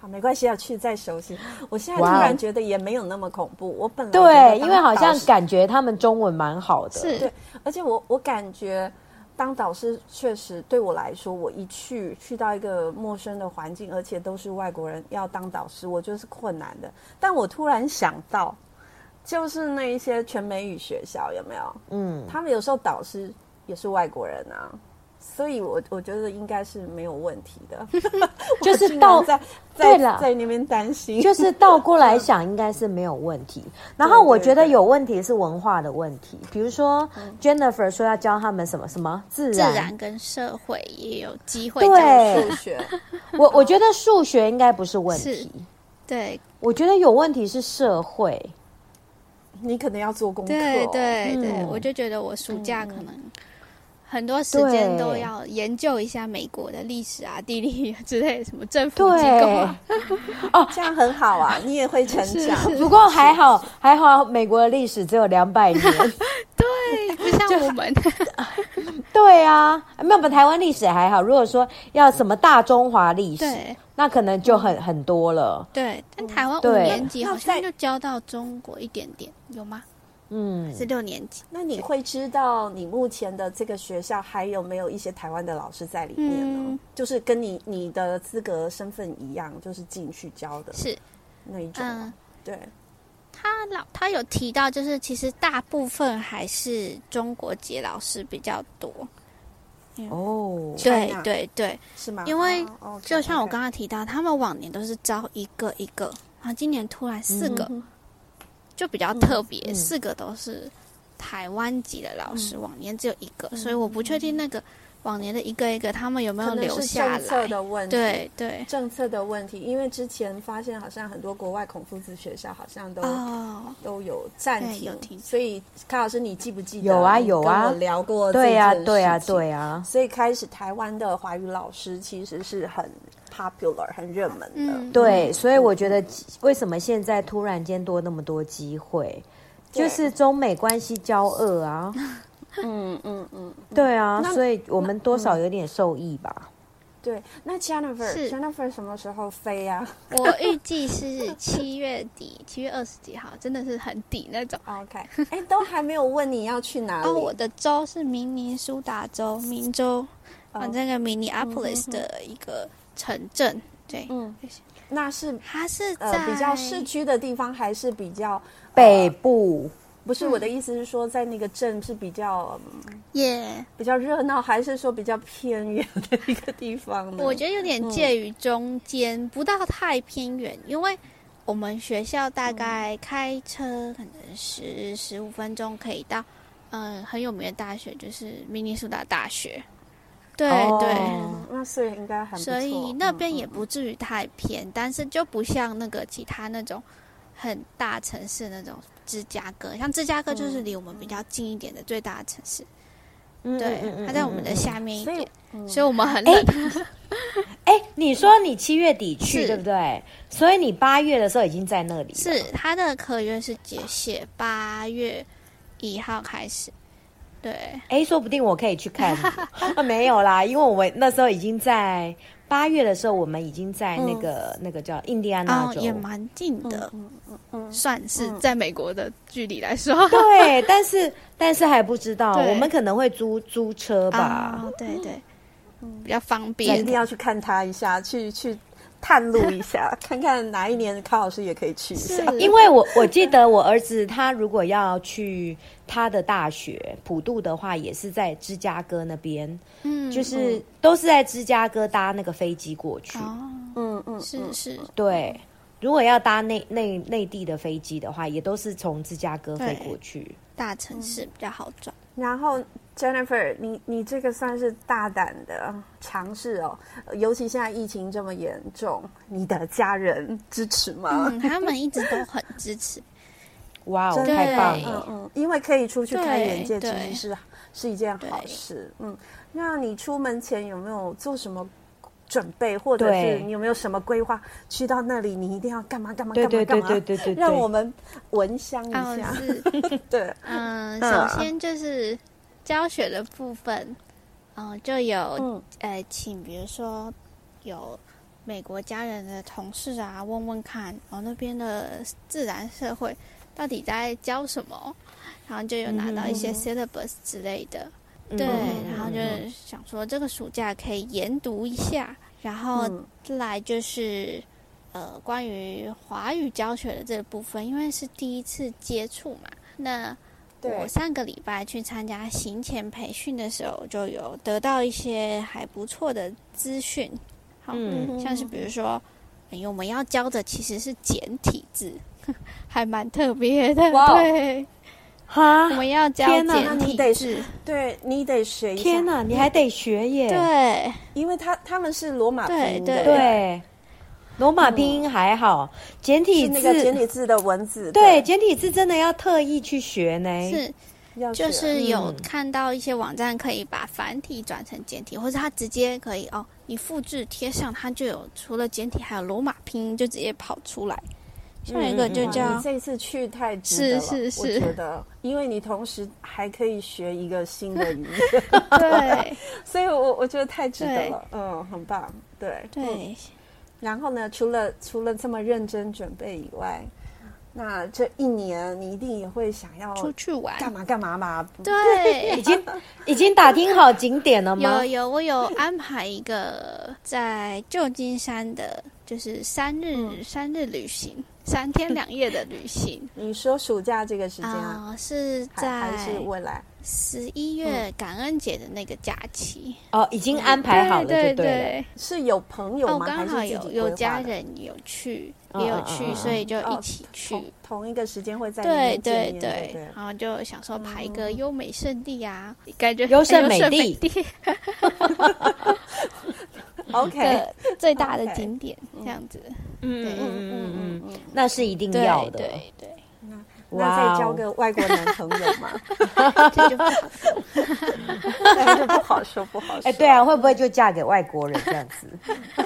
Speaker 1: 好，没关系，要去再熟悉。我现在突
Speaker 2: 哇哦
Speaker 1: 然觉得也没有那么恐怖。我本来
Speaker 2: 对，
Speaker 1: 觉得当
Speaker 2: 因为好像
Speaker 1: 导师
Speaker 2: 感觉他们中文蛮好的，
Speaker 3: 是
Speaker 1: 对，而且我我感觉当导师确实对我来说，我一去去到一个陌生的环境，而且都是外国人，要当导师，我就是困难的。但我突然想到，就是那一些全美语学校有没有？
Speaker 2: 嗯。
Speaker 1: 他们有时候导师也是外国人啊。所以我，我觉得应该是没有问题的，
Speaker 2: 嗯
Speaker 1: *laughs*
Speaker 2: 就
Speaker 1: 我竟
Speaker 2: 是
Speaker 1: 然
Speaker 2: 到
Speaker 1: 在在
Speaker 2: 对了
Speaker 1: 在那边担心， *laughs*
Speaker 2: 就是倒过来想，应该是没有问题。然后
Speaker 1: 对对
Speaker 2: 我觉得
Speaker 1: 对
Speaker 2: 有问题是文化的问题，比如说 Jennifer 说要教他们什么什么自
Speaker 3: 自
Speaker 2: 然，
Speaker 3: 然跟社会也有机会
Speaker 2: 对
Speaker 3: 教
Speaker 1: 数学，
Speaker 2: 我我觉得数学应该不是问题
Speaker 3: 是，对
Speaker 2: 我觉得有问题是社会。
Speaker 1: 你可能要做功课、
Speaker 3: 对
Speaker 1: 哦。
Speaker 3: 对对，
Speaker 2: 嗯
Speaker 3: 我就觉得我暑假可能很多时间都要研究一下美国的历史啊、地理之类的什么政府机构
Speaker 2: 对
Speaker 3: 啊，，
Speaker 1: 这样很好啊，你也会成长。
Speaker 2: 不过还好还好，美国的历史只有两百年。
Speaker 3: *laughs* 对，不像我们
Speaker 2: 对啊，没有，我们台湾历史还好。如果说要什么大中华历史，
Speaker 3: *laughs* 对
Speaker 2: 那可能就很很多了。
Speaker 3: 对，但台湾五
Speaker 2: 对
Speaker 3: 年级好
Speaker 1: 那
Speaker 3: 像
Speaker 1: 在
Speaker 3: 就教到中国一点点，有吗？
Speaker 2: 嗯，
Speaker 3: 是六年级，
Speaker 1: 那你会知道你目前的这个学校还有没有一些台湾的老师在里面呢？
Speaker 3: 嗯
Speaker 1: 就是跟你你的资格身份一样，就是进去教的
Speaker 3: 是
Speaker 1: 那一种。
Speaker 3: 嗯。
Speaker 1: 对，
Speaker 3: 他老他有提到，就是其实大部分还是中国籍老师比较多，
Speaker 2: 哦，
Speaker 3: 对
Speaker 1: China
Speaker 3: 对对，
Speaker 1: 是吗？
Speaker 3: 因为
Speaker 1: 哦，OK，
Speaker 3: 就像我
Speaker 1: OK
Speaker 3: 刚刚提到，他们往年都是招一个一个，啊，今年突然四
Speaker 1: 嗯
Speaker 3: 个，就比较特别，
Speaker 2: 嗯
Speaker 3: 四个都是台湾籍的老
Speaker 1: 嗯
Speaker 3: 师，往年只有一个，所以我不确定那个往年的一个一个他们有没有
Speaker 1: 可能
Speaker 3: 留
Speaker 1: 是
Speaker 3: 下
Speaker 1: 政策
Speaker 3: 来。
Speaker 1: 的问题。。
Speaker 3: 对对，
Speaker 1: 政策的问题，因为之前发现好像很多国外孔夫子学校好像都、
Speaker 3: 哦，
Speaker 1: 都有暂
Speaker 3: 对
Speaker 1: 停，
Speaker 3: 有停
Speaker 1: 所以卡老师你记不记得？
Speaker 2: 有啊有啊
Speaker 1: 跟我聊过这
Speaker 2: 对呀
Speaker 1: 件，
Speaker 2: 对呀，
Speaker 1: 事情
Speaker 2: 对啊呀。
Speaker 1: 所以开始台湾的华语老师其实是很 popular、很热门的。
Speaker 3: 嗯，
Speaker 2: 对，所以我觉得为什么现在突然间多那么多机会，
Speaker 1: 对
Speaker 2: 就是中美关系交恶
Speaker 3: *laughs*
Speaker 2: 啊，
Speaker 1: 嗯嗯嗯，
Speaker 2: 对啊，
Speaker 1: 那
Speaker 2: 所以我们多
Speaker 3: 嗯
Speaker 2: 少有点受益吧。
Speaker 1: 对。那 Jennifer
Speaker 3: 是
Speaker 1: Jennifer 什么时候飞啊 *laughs* 呀、
Speaker 3: 我预计是七月底，七月二十几号，真的是很底那种。
Speaker 1: o k 哎，都还没有问你要去哪里。哦
Speaker 3: 哦，我的州是明尼苏达州，明州，啊，这
Speaker 1: 嗯
Speaker 3: 个 Minneapolis 的一个城镇，对，
Speaker 1: 嗯，那是
Speaker 3: 它是
Speaker 1: 呃
Speaker 3: 在
Speaker 1: 比较市区的地方，还是比较
Speaker 2: 北
Speaker 1: 呃
Speaker 2: 部
Speaker 1: 不是我的意思是说，在那个镇是比较、嗯
Speaker 3: 耶，
Speaker 1: 比较热闹，还是说比较偏远的一个地方呢？
Speaker 3: 我觉得有点介于中间，不到太偏远，因为我们学校大概开车可能十十五分钟可以到，嗯，很有名的大学就是明尼苏达大学，对
Speaker 2: 哦
Speaker 3: 对。
Speaker 1: 嗯那所以应该还不错。
Speaker 3: 所以那边
Speaker 1: 嗯
Speaker 3: 也不至于太偏，但是就不像那个其他那种很大城
Speaker 1: 嗯
Speaker 3: 市那种芝加哥，像芝加哥就是离我们比较近一点的最大的城市，
Speaker 2: 嗯
Speaker 3: 对
Speaker 2: 嗯嗯，
Speaker 3: 它在我们的下面一
Speaker 1: 所以
Speaker 3: 点，所以我们很
Speaker 2: 哎
Speaker 3: 冷。
Speaker 2: 哎、你说你七月底去
Speaker 3: 是
Speaker 2: 对不对？所以你八月的时候已经在那里了
Speaker 3: 是它的合约是结写八月一号开始，对，
Speaker 2: 哎，说不定我可以去看你。 *laughs* 啊没有啦，因为我们那时候已经在八月的时候，我们已经在
Speaker 3: 嗯
Speaker 2: 那个、那个叫印第安
Speaker 3: 然
Speaker 2: 纳
Speaker 3: 后
Speaker 2: 州。
Speaker 3: 哦也蛮近的，
Speaker 1: 嗯
Speaker 3: 算是在美国的距离来 *laughs* 说。
Speaker 2: 对，但是但是还不知道，
Speaker 3: 对
Speaker 2: 我们可能会租租车吧。
Speaker 3: 啊，对对，比较方
Speaker 1: 一
Speaker 3: 便
Speaker 1: 定。要去看他一下，去去探路一
Speaker 3: *laughs*
Speaker 1: 下，看看哪一年康老师也可以去一下。
Speaker 3: 是
Speaker 2: 因为我我记得我儿子他如果要去他的大学普渡的话，也是在芝加哥那边，
Speaker 3: 嗯，
Speaker 2: 就是、都是在芝加哥搭那个飞机过去。
Speaker 3: 哦，
Speaker 1: 嗯嗯，
Speaker 3: 是是，
Speaker 2: 对，如果要搭内内内地的飞机的话，也都是从芝加哥飞
Speaker 3: 对
Speaker 2: 过去。
Speaker 3: 大城市比较好转。
Speaker 1: 然后 Jennifer，你你这个算是大胆的尝试哦，呃尤其现在疫情这么严重，你的家人支持吗？
Speaker 3: 嗯，他们一直都很支持。
Speaker 2: 哇哦，
Speaker 1: 真的
Speaker 2: 太棒
Speaker 1: 嗯
Speaker 2: 了！
Speaker 1: 嗯，因为可以出去开眼界，其
Speaker 3: 对
Speaker 1: 实是是一件好事。嗯，那你出门前有没有做什么准备，或者是
Speaker 2: 对
Speaker 1: 你有没有什么规划？去到那里你一定要干嘛干嘛
Speaker 2: 对
Speaker 1: 干嘛嗯
Speaker 2: 对
Speaker 1: 干
Speaker 2: 对
Speaker 1: 嘛？
Speaker 2: 对对对，对
Speaker 1: 让我们闻香一
Speaker 3: 啊，
Speaker 1: 下。
Speaker 3: 是，
Speaker 1: 对，嗯
Speaker 3: 嗯，首先就是教学的部分，嗯，就有
Speaker 1: 嗯
Speaker 3: 呃，请比如说有美国家人的同事啊，问问看，然后那边的自然社会到底在教什么，然后就有拿到一些
Speaker 1: 嗯哼
Speaker 3: syllabus 之类的，
Speaker 2: 嗯
Speaker 3: 对，
Speaker 2: 嗯
Speaker 3: 然后就
Speaker 2: 嗯
Speaker 3: 是想说这个暑假可以研读一下，然后
Speaker 1: 嗯
Speaker 3: 再来就是。呃，关于华语教学的这部分，因为是第一次接触嘛，那我
Speaker 1: 对，
Speaker 3: 上个礼拜去参加行前培训的时候，就有得到一些还不错的资讯，好，
Speaker 2: 嗯
Speaker 3: 像是比如说，因为我们要教的其实是简体字， *laughs* 还蛮特别的，
Speaker 2: 哇哦
Speaker 3: 对，
Speaker 2: 哈
Speaker 3: 我，们要教
Speaker 2: 天哪
Speaker 1: 那
Speaker 3: 简
Speaker 1: 你
Speaker 3: 体
Speaker 1: 得
Speaker 3: 字，
Speaker 1: 对你得学一下。
Speaker 2: 天哪，你还得学耶！
Speaker 3: 对，
Speaker 1: 因为他他们是罗马拼音的，
Speaker 3: 对
Speaker 2: 对，罗马拼音还好，简体
Speaker 1: 是那个简
Speaker 2: 字
Speaker 1: 体字的文字，
Speaker 2: 对简体字真的要特意去学呢。
Speaker 3: 是
Speaker 1: 要学
Speaker 3: 就是有
Speaker 2: 嗯
Speaker 3: 看到一些网站可以把繁体转成简体，或者它直接可以哦，你复制贴上，它就有除了简体还有罗马拼音，就直接跑出来。像有一
Speaker 2: 嗯
Speaker 3: 个
Speaker 2: 嗯
Speaker 3: 就
Speaker 1: 哇
Speaker 3: 叫
Speaker 1: 你这次去太值得了，
Speaker 3: 是是
Speaker 1: 我
Speaker 3: 是
Speaker 1: 觉得，因为你同时还可以学一个新的语
Speaker 3: *laughs*
Speaker 1: 言，
Speaker 3: 对
Speaker 1: 所以我我觉得太值得了，嗯，很棒，对嗯
Speaker 3: 对，
Speaker 1: 然后呢，除了除了这么认真准备以外，那这一年你一定也会想要
Speaker 3: 出去玩，
Speaker 1: 哦干嘛干嘛嘛，
Speaker 3: *laughs*
Speaker 1: *laughs*
Speaker 3: 对，
Speaker 2: 已经已经打听好景点了吗
Speaker 3: 有？有，我有安排一个在旧金山的，就是三日、
Speaker 1: 嗯
Speaker 3: 三日旅行，三天两夜的
Speaker 1: *laughs*
Speaker 3: 旅行
Speaker 1: 你说暑假这个时间啊，
Speaker 3: 啊、是
Speaker 1: 还还
Speaker 3: 在
Speaker 1: 是嗯未来？
Speaker 3: 十一月感恩节的那个假期，
Speaker 2: 哦，已经安排好了，
Speaker 3: 对
Speaker 2: 就了。
Speaker 1: 是有朋友
Speaker 3: 哦，
Speaker 1: 吗？还
Speaker 3: 刚
Speaker 1: 是
Speaker 3: 好
Speaker 1: 自己
Speaker 3: 有
Speaker 1: 规
Speaker 3: 有
Speaker 1: 划
Speaker 3: 家
Speaker 1: 的
Speaker 3: 人有去，
Speaker 2: 嗯
Speaker 3: 也有
Speaker 2: 嗯
Speaker 3: 去，
Speaker 2: 嗯嗯
Speaker 3: 所以就
Speaker 1: 哦
Speaker 3: 一起去。
Speaker 1: 同同一个时间会在那
Speaker 3: 对
Speaker 1: 边见
Speaker 3: 对
Speaker 1: 面
Speaker 3: 对
Speaker 1: 对了，
Speaker 3: 然后就想说排一个优美圣地啊，感觉
Speaker 2: 优胜
Speaker 3: 哎
Speaker 2: 美
Speaker 3: 优
Speaker 2: 地
Speaker 3: 地
Speaker 1: OK，
Speaker 3: 的最大的
Speaker 1: OK
Speaker 3: 景点这样子，
Speaker 2: 嗯
Speaker 3: 对
Speaker 2: 嗯嗯嗯嗯
Speaker 1: 嗯
Speaker 2: 嗯，那是一定
Speaker 3: 对
Speaker 2: 要的。
Speaker 3: 对对，
Speaker 1: 那再交
Speaker 2: 哇哦
Speaker 1: 个外国男朋友嘛， *laughs*
Speaker 3: 这就不好
Speaker 1: 那哎就不好说，不好说。
Speaker 2: 哎、对啊，会不会就嫁给外国人这样子？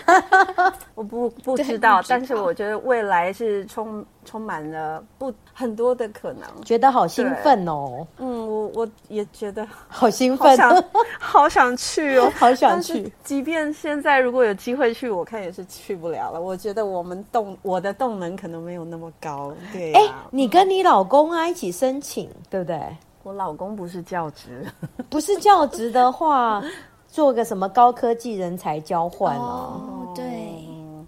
Speaker 1: 我不不
Speaker 3: 对
Speaker 1: 知
Speaker 3: 不
Speaker 1: 道，
Speaker 3: 知
Speaker 1: 但是
Speaker 3: 道
Speaker 1: 我觉得未来是充充满了不很多的可能。
Speaker 2: 觉得好兴奋哦，
Speaker 1: 嗯，我我也觉得
Speaker 2: 好兴
Speaker 1: 好
Speaker 2: 奋，
Speaker 1: 想好想去哦。
Speaker 2: 好想
Speaker 1: 但是
Speaker 2: 去。
Speaker 1: 即便现在如果有机会去，我看也是去不了了。我觉得我们动我的动能可能没有那么高，对
Speaker 2: *laughs* 哎、
Speaker 1: 啊
Speaker 2: 你跟你老公啊一起申请，对不对？
Speaker 1: 我老公不是教职，
Speaker 2: 不是教职的话，做个什么高科技人才交换啊？
Speaker 3: 哦，对，
Speaker 1: 嗯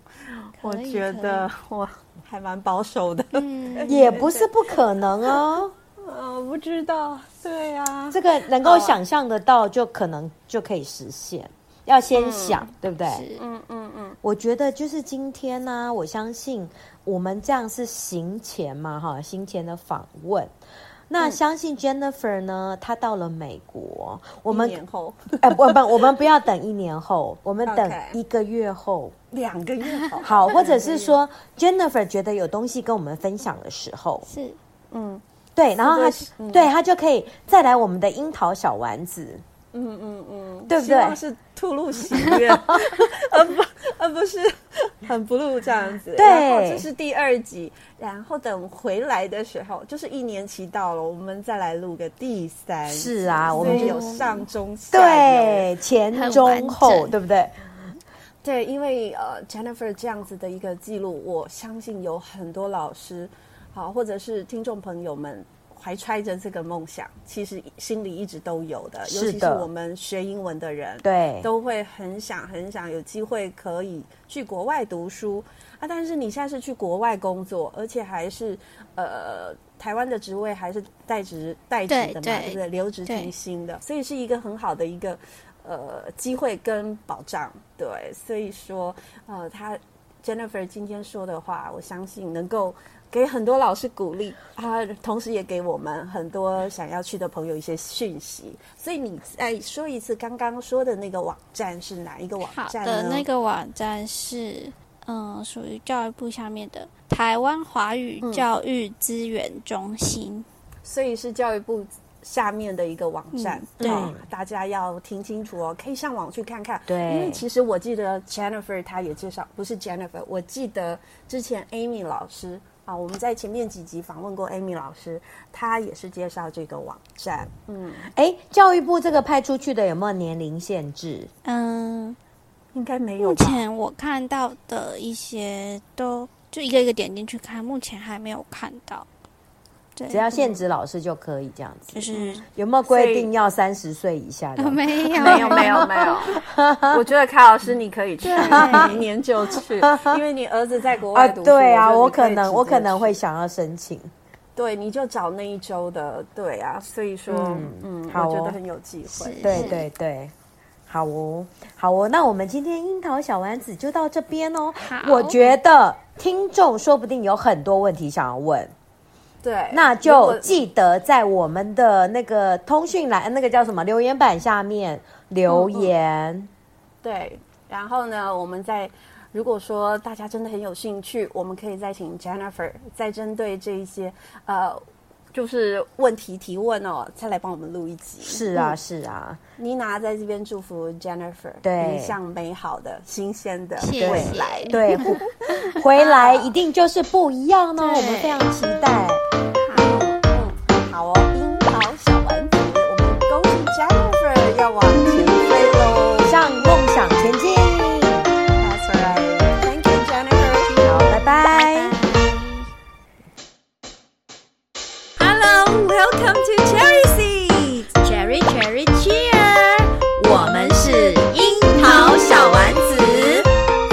Speaker 3: 可
Speaker 1: 我
Speaker 3: 以
Speaker 1: 觉
Speaker 3: 可以
Speaker 1: 得我还蛮保守的。
Speaker 3: 嗯，
Speaker 2: 也不是不可能哦，
Speaker 1: 呃，不知道，对啊呀、
Speaker 2: 这个能够想象得到，就可能就可以实现。要先想，对不对？
Speaker 3: 是
Speaker 1: 嗯嗯嗯，
Speaker 2: 我觉得就是今天呢、我相信我们这样是行前嘛，哈，行前的访问。
Speaker 1: 嗯
Speaker 2: 那相信 Jennifer 呢，她到了美国，我
Speaker 1: 一
Speaker 2: 们
Speaker 1: 年后
Speaker 2: 哎不 *laughs* 不，我们不要等一年后，我们等
Speaker 1: OK
Speaker 2: 一个月后。
Speaker 1: 两个月好，
Speaker 2: 好，或者是说 Jennifer 觉得有东西跟我们分享的时候，
Speaker 3: 是
Speaker 1: 嗯，
Speaker 2: 对，然后
Speaker 1: 对嗯
Speaker 2: 他、对他就可以再来我们的樱桃小丸子，
Speaker 1: 嗯嗯嗯，
Speaker 2: 对不
Speaker 1: 希望
Speaker 2: 对
Speaker 1: 是吐露喜
Speaker 2: *laughs*
Speaker 1: 悦，而不而不是很 blue 这样子。
Speaker 2: 对
Speaker 1: 然后这是第二集，然后等回来的时候，就是一年期到了，我们再来录个第三集。
Speaker 2: 是啊我们
Speaker 1: 所以
Speaker 2: 就
Speaker 1: 有上中下游。
Speaker 2: 对，前
Speaker 3: 很
Speaker 2: 中
Speaker 3: 完
Speaker 2: 后，
Speaker 3: 整
Speaker 2: 对不对？
Speaker 1: 对，因为呃，Jennifer 这样子的一个记录，我相信有很多老师，好、或者是听众朋友们。怀揣着这个梦想，其实心里一直都有的，尤
Speaker 2: 是
Speaker 1: 其是
Speaker 2: 的
Speaker 1: 我们学英文的人，
Speaker 2: 对，
Speaker 1: 都会很想很想有机会可以去国外读书啊。但是你现在是去国外工作，而且还是呃台湾的职位还是代职代职的嘛，
Speaker 3: 对
Speaker 1: 对不对？留职停薪的，所以是一个很好的一个呃机会跟保障。对，所以说呃，他 Jennifer 今天说的话，我相信能够。给很多老师鼓励啊，同时也给我们很多想要去的朋友一些讯息。所以你再说一次刚刚说的那个网站是哪一个网
Speaker 3: 好
Speaker 1: 站呢？
Speaker 3: 的，那个网站是嗯，属于教育部下面的台湾华语教育资源中心。
Speaker 1: 所以是教育部下面的一个网站，
Speaker 3: 嗯对
Speaker 1: 啊大家要听清楚哦，可以上网去看看。
Speaker 2: 对
Speaker 1: 因为其实我记得 Jennifer 她也介绍，不是 Jennifer，我记得之前 Amy 老师啊，我们在前面几集访问过 Amy 老师，她也是介绍这个网站。嗯，
Speaker 2: 哎，教育部这个派出去的有没有年龄限制？
Speaker 3: 嗯，
Speaker 1: 应该没有
Speaker 3: 目
Speaker 1: 吧？
Speaker 3: 前我看到的一些都就一个一个点进去看，目前还没有看到。对，
Speaker 2: 只要限制老师就可以这样子
Speaker 1: 嗯
Speaker 3: 就。是、
Speaker 2: 有没有规定要三十岁以下的？
Speaker 3: 啊没有
Speaker 1: 没有没有没
Speaker 2: *laughs*
Speaker 1: 有，我觉得卡老师你可以去，
Speaker 3: 对
Speaker 1: 明年就去，因为你儿子在国
Speaker 2: 啊，
Speaker 1: 外读书。
Speaker 2: 对啊，我
Speaker 1: 我觉
Speaker 2: 可
Speaker 1: 得你以直
Speaker 2: 能
Speaker 1: 接
Speaker 2: 我可能
Speaker 1: 去
Speaker 2: 会想要申请。
Speaker 1: 对，你就找那一周的，对啊，所以说，
Speaker 2: 嗯
Speaker 1: 嗯，我
Speaker 2: 好
Speaker 1: 觉得
Speaker 2: 哦
Speaker 1: 很有机会。
Speaker 3: 是
Speaker 2: 对对对，好哦，好哦，那我们今天樱桃小丸子就到这边哦。
Speaker 3: *laughs* 好
Speaker 2: 我觉得听众说不定有很多问题想要问，
Speaker 1: 对，
Speaker 2: 那
Speaker 1: 如果
Speaker 2: 就记得在我们的那个通讯栏，那个叫什么留言板下面留言。
Speaker 1: 对。然后呢，我们再如果说大家真的很有兴趣，我们可以再请 Jennifer 再针对这一些呃，就是问题提问哦，再来帮我们录一集。
Speaker 2: 是啊，是啊，
Speaker 1: 妮娜在这边祝福 Jennifer
Speaker 2: 对
Speaker 1: 迎向美好的、新鲜的
Speaker 3: 谢谢
Speaker 1: 未来。
Speaker 2: 对， *laughs* 回回来一定就是不一样哦，我
Speaker 3: 对
Speaker 2: 们非常期待。
Speaker 3: 好。
Speaker 1: 嗯，好哦，樱桃小丸子，我们恭喜 Jennifer 要往前飞喽。
Speaker 2: 向梦想前进。
Speaker 1: That's right. Thank you, Jennifer.
Speaker 2: 好，拜拜。
Speaker 4: Hello, welcome to Cherry Seed. Cherry Cherry Cheer，我们是樱桃小丸子。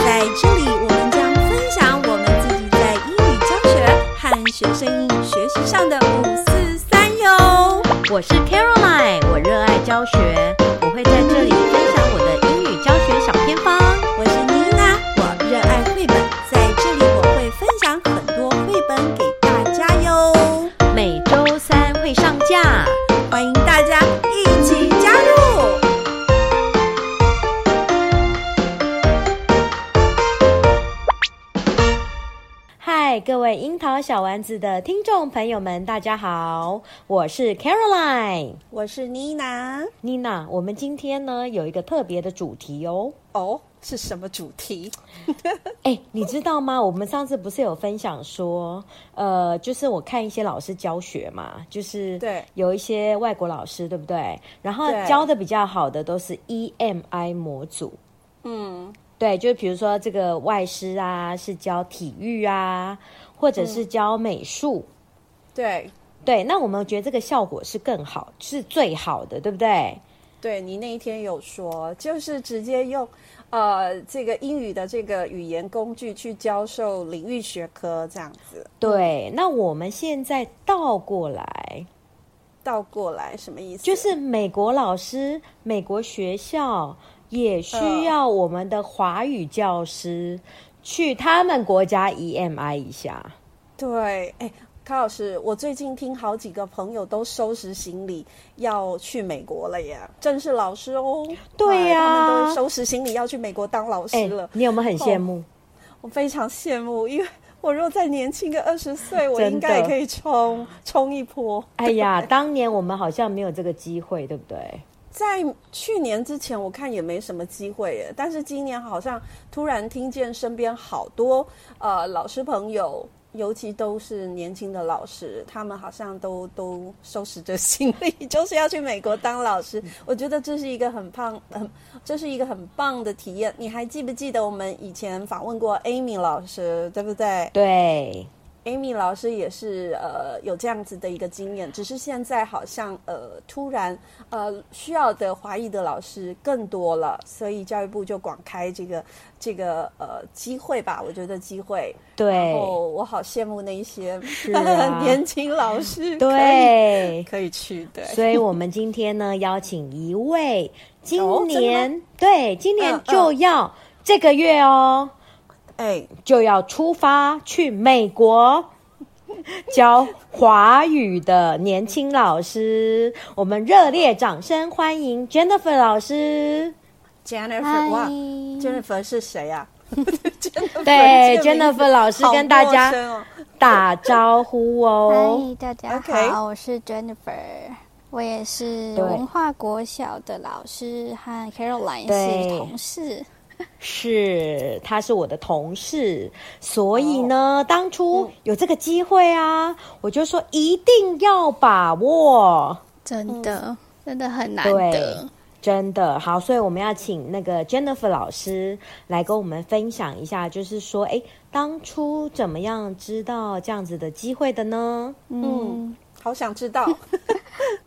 Speaker 4: 在这里，我们将分享我们自己在英语教学和学生英语学习上的五四三哟。
Speaker 5: 我是 Caroline，我热爱教学，我会在这里分享我的英语教学小偏方。
Speaker 4: 我是妮娜，我热爱绘本，在这里我会分享很多绘本给大家哟。
Speaker 5: 每周三会上架。
Speaker 4: 欢迎大家一起加入。
Speaker 2: 嗨，各位樱桃小丸子的听众朋友们，大家好，我是 Caroline
Speaker 1: 我是妮娜。
Speaker 2: Nina。我们今天呢有一个特别的主题哦。
Speaker 1: 哦，是什么主题？
Speaker 2: 哎，你知道吗？我们上次不是有分享说，呃，就是我看一些老师教学嘛，就是
Speaker 1: 对
Speaker 2: 有一些外国老师，对不对？然后
Speaker 1: 对
Speaker 2: 教的比较好的都是 EMI 模组，
Speaker 1: 嗯，
Speaker 2: 对，就比如说这个外师啊，是教体育啊，或者是教美术。
Speaker 1: 对，
Speaker 2: 对，那我们觉得这个效果是更好，是最好的，对不对？
Speaker 1: 对你那一天有说，就是直接用呃这个英语的这个语言工具去教授领域学科，这样子
Speaker 2: 对，那我们现在倒过来，
Speaker 1: 倒过来什么意思？
Speaker 2: 就是美国老师、美国学校也需
Speaker 1: 嗯
Speaker 2: 要我们的华语教师去他们国家 EMI 一下。
Speaker 1: 对，哎。康老师，我最近听好几个朋友都收拾行李要去美国了耶，正是老师哦。
Speaker 2: 对呀
Speaker 1: 他们都收拾行李要去美国当老师
Speaker 2: 哎
Speaker 1: 了，。
Speaker 2: 你有没有很羡
Speaker 1: 哦
Speaker 2: 慕？
Speaker 1: 我非常羡慕，因为我若再年轻个二十岁，我
Speaker 2: 真的
Speaker 1: 应该也可以冲冲一波。
Speaker 2: 哎呀，当年我们好像没有这个机会，对不对？
Speaker 1: 在去年之前，我看也没什么机会耶。但是今年好像突然听见身边好多呃老师朋友，尤其都是年轻的老师，他们好像都都收拾着行李， *laughs* 就是要去美国当老师。
Speaker 2: 嗯
Speaker 1: 我觉得这是一个很棒、很这是一个很棒的体验。你还记不记得我们以前访问过 Amy 老师，对不对？
Speaker 2: 对，
Speaker 1: Amy 老师也是呃有这样子的一个经验，只是现在好像呃突然呃需要的华裔的老师更多了，所以教育部就广开这个这个呃机会吧，我觉得机会。
Speaker 2: 对
Speaker 1: 然后我好羡慕那一
Speaker 2: *laughs*
Speaker 1: 些、
Speaker 2: 啊
Speaker 1: 年轻老师，
Speaker 2: 对
Speaker 1: 可以可以去对。
Speaker 2: 所以我们今天呢，邀请一位
Speaker 1: 哦
Speaker 2: 今
Speaker 1: 真的吗
Speaker 2: 年、对今年
Speaker 1: 嗯嗯
Speaker 2: 就要、这个月哦，
Speaker 1: 哎，
Speaker 2: 就要出发去美国教华语的年轻老师，我们热烈掌声欢迎 Jennifer 老师。
Speaker 1: Jennifer，哇
Speaker 3: 嗨，
Speaker 1: ，Jennifer 是谁
Speaker 2: *laughs*
Speaker 1: 呀、啊？
Speaker 2: 对
Speaker 1: 这个名字
Speaker 2: Jennifer 老师
Speaker 1: 好
Speaker 2: 跟大
Speaker 1: 陌
Speaker 2: 家
Speaker 1: 生哦
Speaker 2: 打招呼哦，
Speaker 3: 嗨，大家
Speaker 1: OK
Speaker 3: 好，我是 Jennifer，我也是
Speaker 2: 对
Speaker 3: 文化国小的老师，和 Caroline
Speaker 2: 对
Speaker 3: 是同事。
Speaker 2: 是，他是我的同事，所以呢，当初有这个机会啊，我就说一定要把握。
Speaker 3: 真的、真的很难
Speaker 2: 对
Speaker 3: 得。
Speaker 2: 真的好，所以我们要请那个 Jennifer 老师来跟我们分享一下，就是说，哎，当初怎么样知道这样子的机会的呢？
Speaker 3: 嗯
Speaker 1: 好想知道，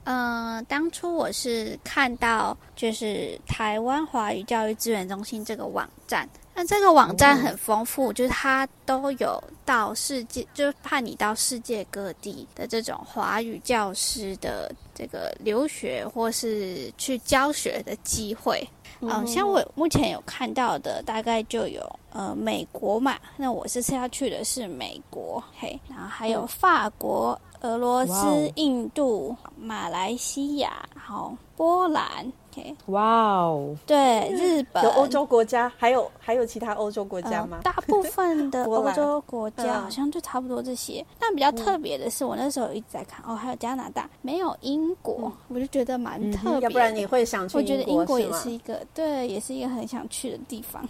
Speaker 3: 呃，当初我是看到就是台湾华语教育资源中心这个网站，那这个网站
Speaker 1: 嗯
Speaker 3: 很丰富，就是它都有到世界，就是派你到世界各地的这种华语教师的这个留学或是去教学的机会。嗯、像我目前有看到的，大概就有呃美国嘛，那我这次要去的是美国，嘿，然后还
Speaker 1: 嗯
Speaker 3: 有法国、俄
Speaker 2: 哇
Speaker 3: 罗
Speaker 2: 哦
Speaker 3: 斯、印度、
Speaker 1: 哦
Speaker 3: 马来西亚，然后波兰，嘿，
Speaker 2: 哇哦，
Speaker 3: 对，日本
Speaker 1: 嗯有欧洲国家，还有还有其他欧洲国家吗
Speaker 3: 呃？大部分的
Speaker 1: *laughs* 波
Speaker 3: 欧
Speaker 1: 兰
Speaker 3: 洲国家
Speaker 1: 嗯
Speaker 3: 好像就差不多这些。但比较特别的是，我那时候一直在看哦，还有加拿大，没有英国，我就觉得蛮特别的。
Speaker 1: 嗯要不然你会想去
Speaker 3: 我觉得英国也
Speaker 1: 吗
Speaker 3: 是一个对，也是一个很想去的地方，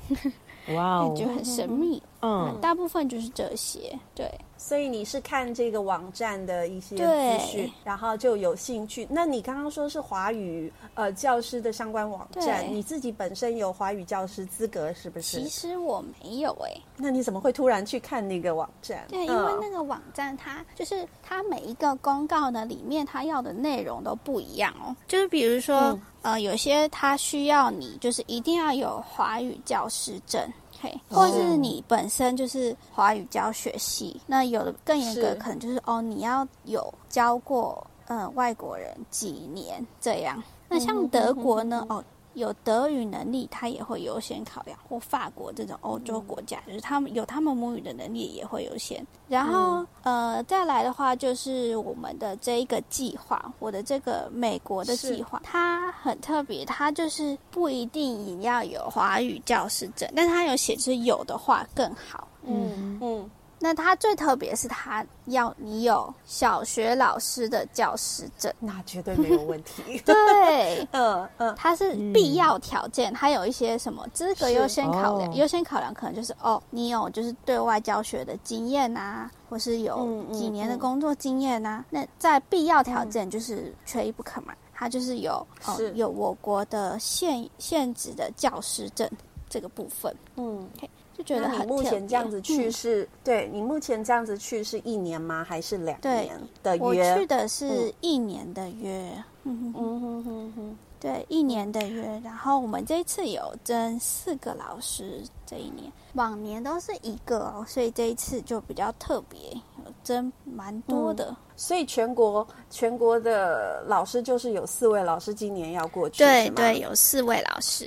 Speaker 2: 哇
Speaker 3: *laughs* 就
Speaker 2: 哦，
Speaker 3: 很神秘。
Speaker 2: 嗯，
Speaker 3: 大部分就是这些，对
Speaker 1: 所以你是看这个网站的一些
Speaker 3: 对
Speaker 1: 资讯，然后就有兴趣。那你刚刚说是华语呃教师的相关网站，
Speaker 3: 对
Speaker 1: 你自己本身有华语教师资格是不是
Speaker 3: 其？实我没有哎、
Speaker 1: 那你怎么会突然去看那个网站？
Speaker 3: 对，因为那
Speaker 1: 嗯
Speaker 3: 个网站它就是它每一个公告呢里面它要的内容都不一样哦，就是比如说、呃有些它需要你就是一定要有华语教师证。嘿，或是你本身就是华语教学系，那有的更严格
Speaker 1: 是，
Speaker 3: 可能就是哦，你要有教过呃外国人几年这样。那像德国呢，哦，有德语能力，他也会优先考量，或法国这种欧洲国家，就是他们有他们母语的能力也会优先。然后、呃，再来的话就是我们的这一个计划，我的这个美国的
Speaker 1: 是
Speaker 3: 计划，它很特别，它就是不一定你要有华语教师证，但它有写就是有的话更好。
Speaker 1: 嗯嗯
Speaker 3: 那它最特别是它要你有小学老师的教师证，
Speaker 1: 那绝对没有问
Speaker 3: *laughs*
Speaker 1: 题。
Speaker 3: 对，
Speaker 1: 嗯嗯，
Speaker 3: 它是必要条件，它有一些什么资格
Speaker 1: 是
Speaker 3: 优先考量，
Speaker 2: 哦
Speaker 3: 优先考量可能就是哦，你有就是对外教学的经验呐、或是有
Speaker 1: 嗯嗯
Speaker 3: 几年的
Speaker 1: 嗯
Speaker 3: 工作经验呐、那在必要条件就是缺一不可嘛，它就是有哦
Speaker 1: 是
Speaker 3: 有我国的现现职的教师证这个部分，
Speaker 1: 嗯，
Speaker 3: 就觉得
Speaker 1: 那
Speaker 3: 很
Speaker 1: 你目
Speaker 3: 特
Speaker 1: 前这样
Speaker 3: 别
Speaker 1: 子去
Speaker 3: 嗯
Speaker 1: 是，对你目前这样子去是一年吗？还是两
Speaker 3: 对
Speaker 1: 年的
Speaker 3: 我
Speaker 1: 约？
Speaker 3: 去的是一年的约，嗯哼哼
Speaker 1: 嗯哼哼哼。
Speaker 3: 对，一年的约。然后我们这一次有征四个老师，这一年往年都是一个哦，所以这一次就比较特别，有征蛮多的。
Speaker 1: 所以全国全国的老师就是有四位老师今年要过去，
Speaker 3: 对
Speaker 1: 是吗
Speaker 3: 对，，有四位老师。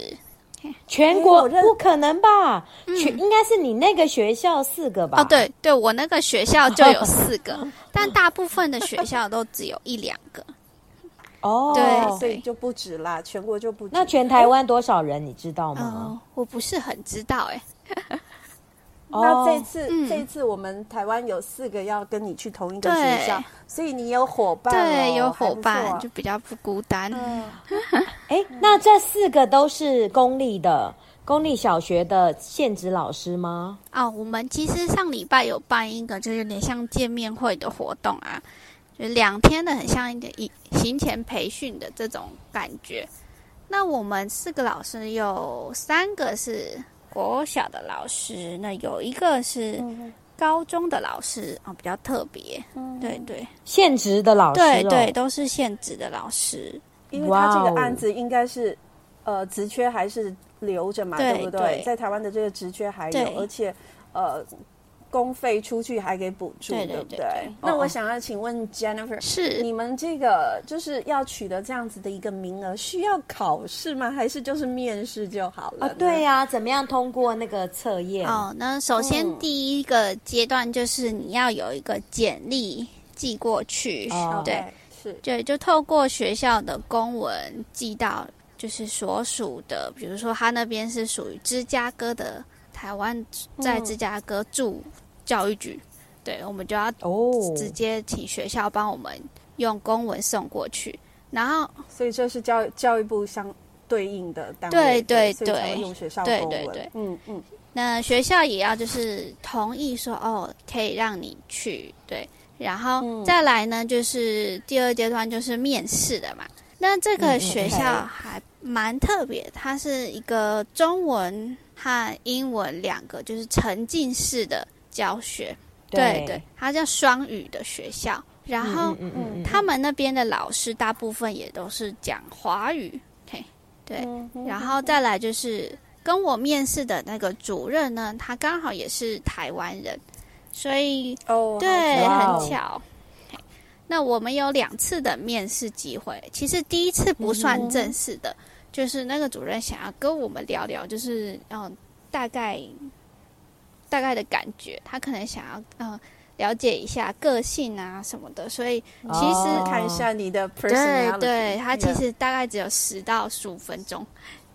Speaker 2: 全国
Speaker 1: 哎我认
Speaker 2: 不可能吧？全应该是你那个学校四个吧？
Speaker 3: 哦，，嗯对对，我那个学校就有四 *laughs* 个，但大部分的学校都只有一两个。
Speaker 1: 哦
Speaker 2: 哦，
Speaker 3: 对
Speaker 1: 所以就不止啦，全国就不止。哎
Speaker 3: 嗯哦
Speaker 2: 那全台湾多少人你知道吗？
Speaker 3: 嗯，我不是很知道哎、
Speaker 2: 哦
Speaker 1: 那这次、
Speaker 3: 嗯
Speaker 1: 这次我们台湾有四个要跟你去同一个
Speaker 3: 对
Speaker 1: 学校，所以你有伙伴、哦，
Speaker 3: 对，有伙
Speaker 1: 还
Speaker 3: 伴
Speaker 1: 不
Speaker 3: 就
Speaker 1: 错
Speaker 3: 比较不孤单。
Speaker 2: 哎，那这四个都是公立的公立小学的现职老师吗？
Speaker 3: 哦，我们其实上礼拜有办一个，就有点像见面会的活动啊，就两天的，很像一个一行前培训的这种感觉。那我们四个老师有三个是国小的老师，那有一个是
Speaker 1: 嗯
Speaker 3: 高中的老师啊、哦，比较特别。对对
Speaker 2: 现职的老师、哦，
Speaker 3: 对对，，都是现职的老师。
Speaker 1: 因为他这
Speaker 2: 哇哦
Speaker 1: 个案子应该是呃职缺还是留着嘛，
Speaker 3: 对
Speaker 1: 不
Speaker 3: 对
Speaker 1: 在台湾的这个职缺还有
Speaker 3: 对，
Speaker 1: 而且呃公费出去还给补助，
Speaker 3: 对对
Speaker 1: 不对
Speaker 3: 对对
Speaker 1: 那
Speaker 3: 哦
Speaker 1: 我想要请问 Jennifer，
Speaker 3: 是
Speaker 1: 你们这个就是要取得这样子的一个名额，需要考试吗？还是就是面试就好了
Speaker 2: 啊
Speaker 1: 呢？，
Speaker 2: 对呀、怎么样通过那个测验？
Speaker 3: 哦，那首先
Speaker 1: 嗯
Speaker 3: 第一个阶段就是你要有一个简历寄过去，
Speaker 2: 哦
Speaker 3: 对
Speaker 1: OK，是
Speaker 3: 对，就透过学校的公文寄到，就是所属的，比如说他那边是属于芝加哥的台湾，在芝加哥驻教育局，对，我们就要
Speaker 2: 哦，
Speaker 3: 直接请学校帮我们用公文送过去，然后
Speaker 1: 所以这是教教育部相对应的单位，
Speaker 3: 对对
Speaker 1: 所以才
Speaker 3: 对
Speaker 1: 会用学校
Speaker 3: 对
Speaker 1: 公
Speaker 3: 对
Speaker 1: 文
Speaker 3: 对
Speaker 1: 嗯嗯，
Speaker 3: 那学校也要就是同意说哦，可以让你去，对。然后
Speaker 1: 嗯
Speaker 3: 再来呢，就是第二阶段就是面试的嘛。那这
Speaker 2: 嗯
Speaker 3: 个学校还蛮特别，它是一个中文和英文两个就是沉浸式的教学，对对，它叫双语的学校。然后
Speaker 2: 嗯嗯嗯，
Speaker 3: 他们那边的老师大部分也都是讲华语，OK，对，
Speaker 1: 嗯
Speaker 3: 然后再来就是跟我面试的那个主任呢，他刚好也是台湾人，所以
Speaker 1: 哦，
Speaker 3: 对，
Speaker 2: 哇哦
Speaker 3: 很巧。那我们有两次的面试机会，其实第一次不算
Speaker 2: 嗯
Speaker 3: 正式的，就是那个主任想要跟我们聊聊，就是嗯、呃大概大概的感觉，他可能想要嗯、呃了解一下个性啊什么的，所以
Speaker 2: 哦
Speaker 3: 其实、
Speaker 2: 哦
Speaker 1: 看一下你的
Speaker 3: 对
Speaker 1: personality，
Speaker 3: 对，他其
Speaker 2: 嗯
Speaker 1: Yeah
Speaker 3: 实大概只有十到十五分钟，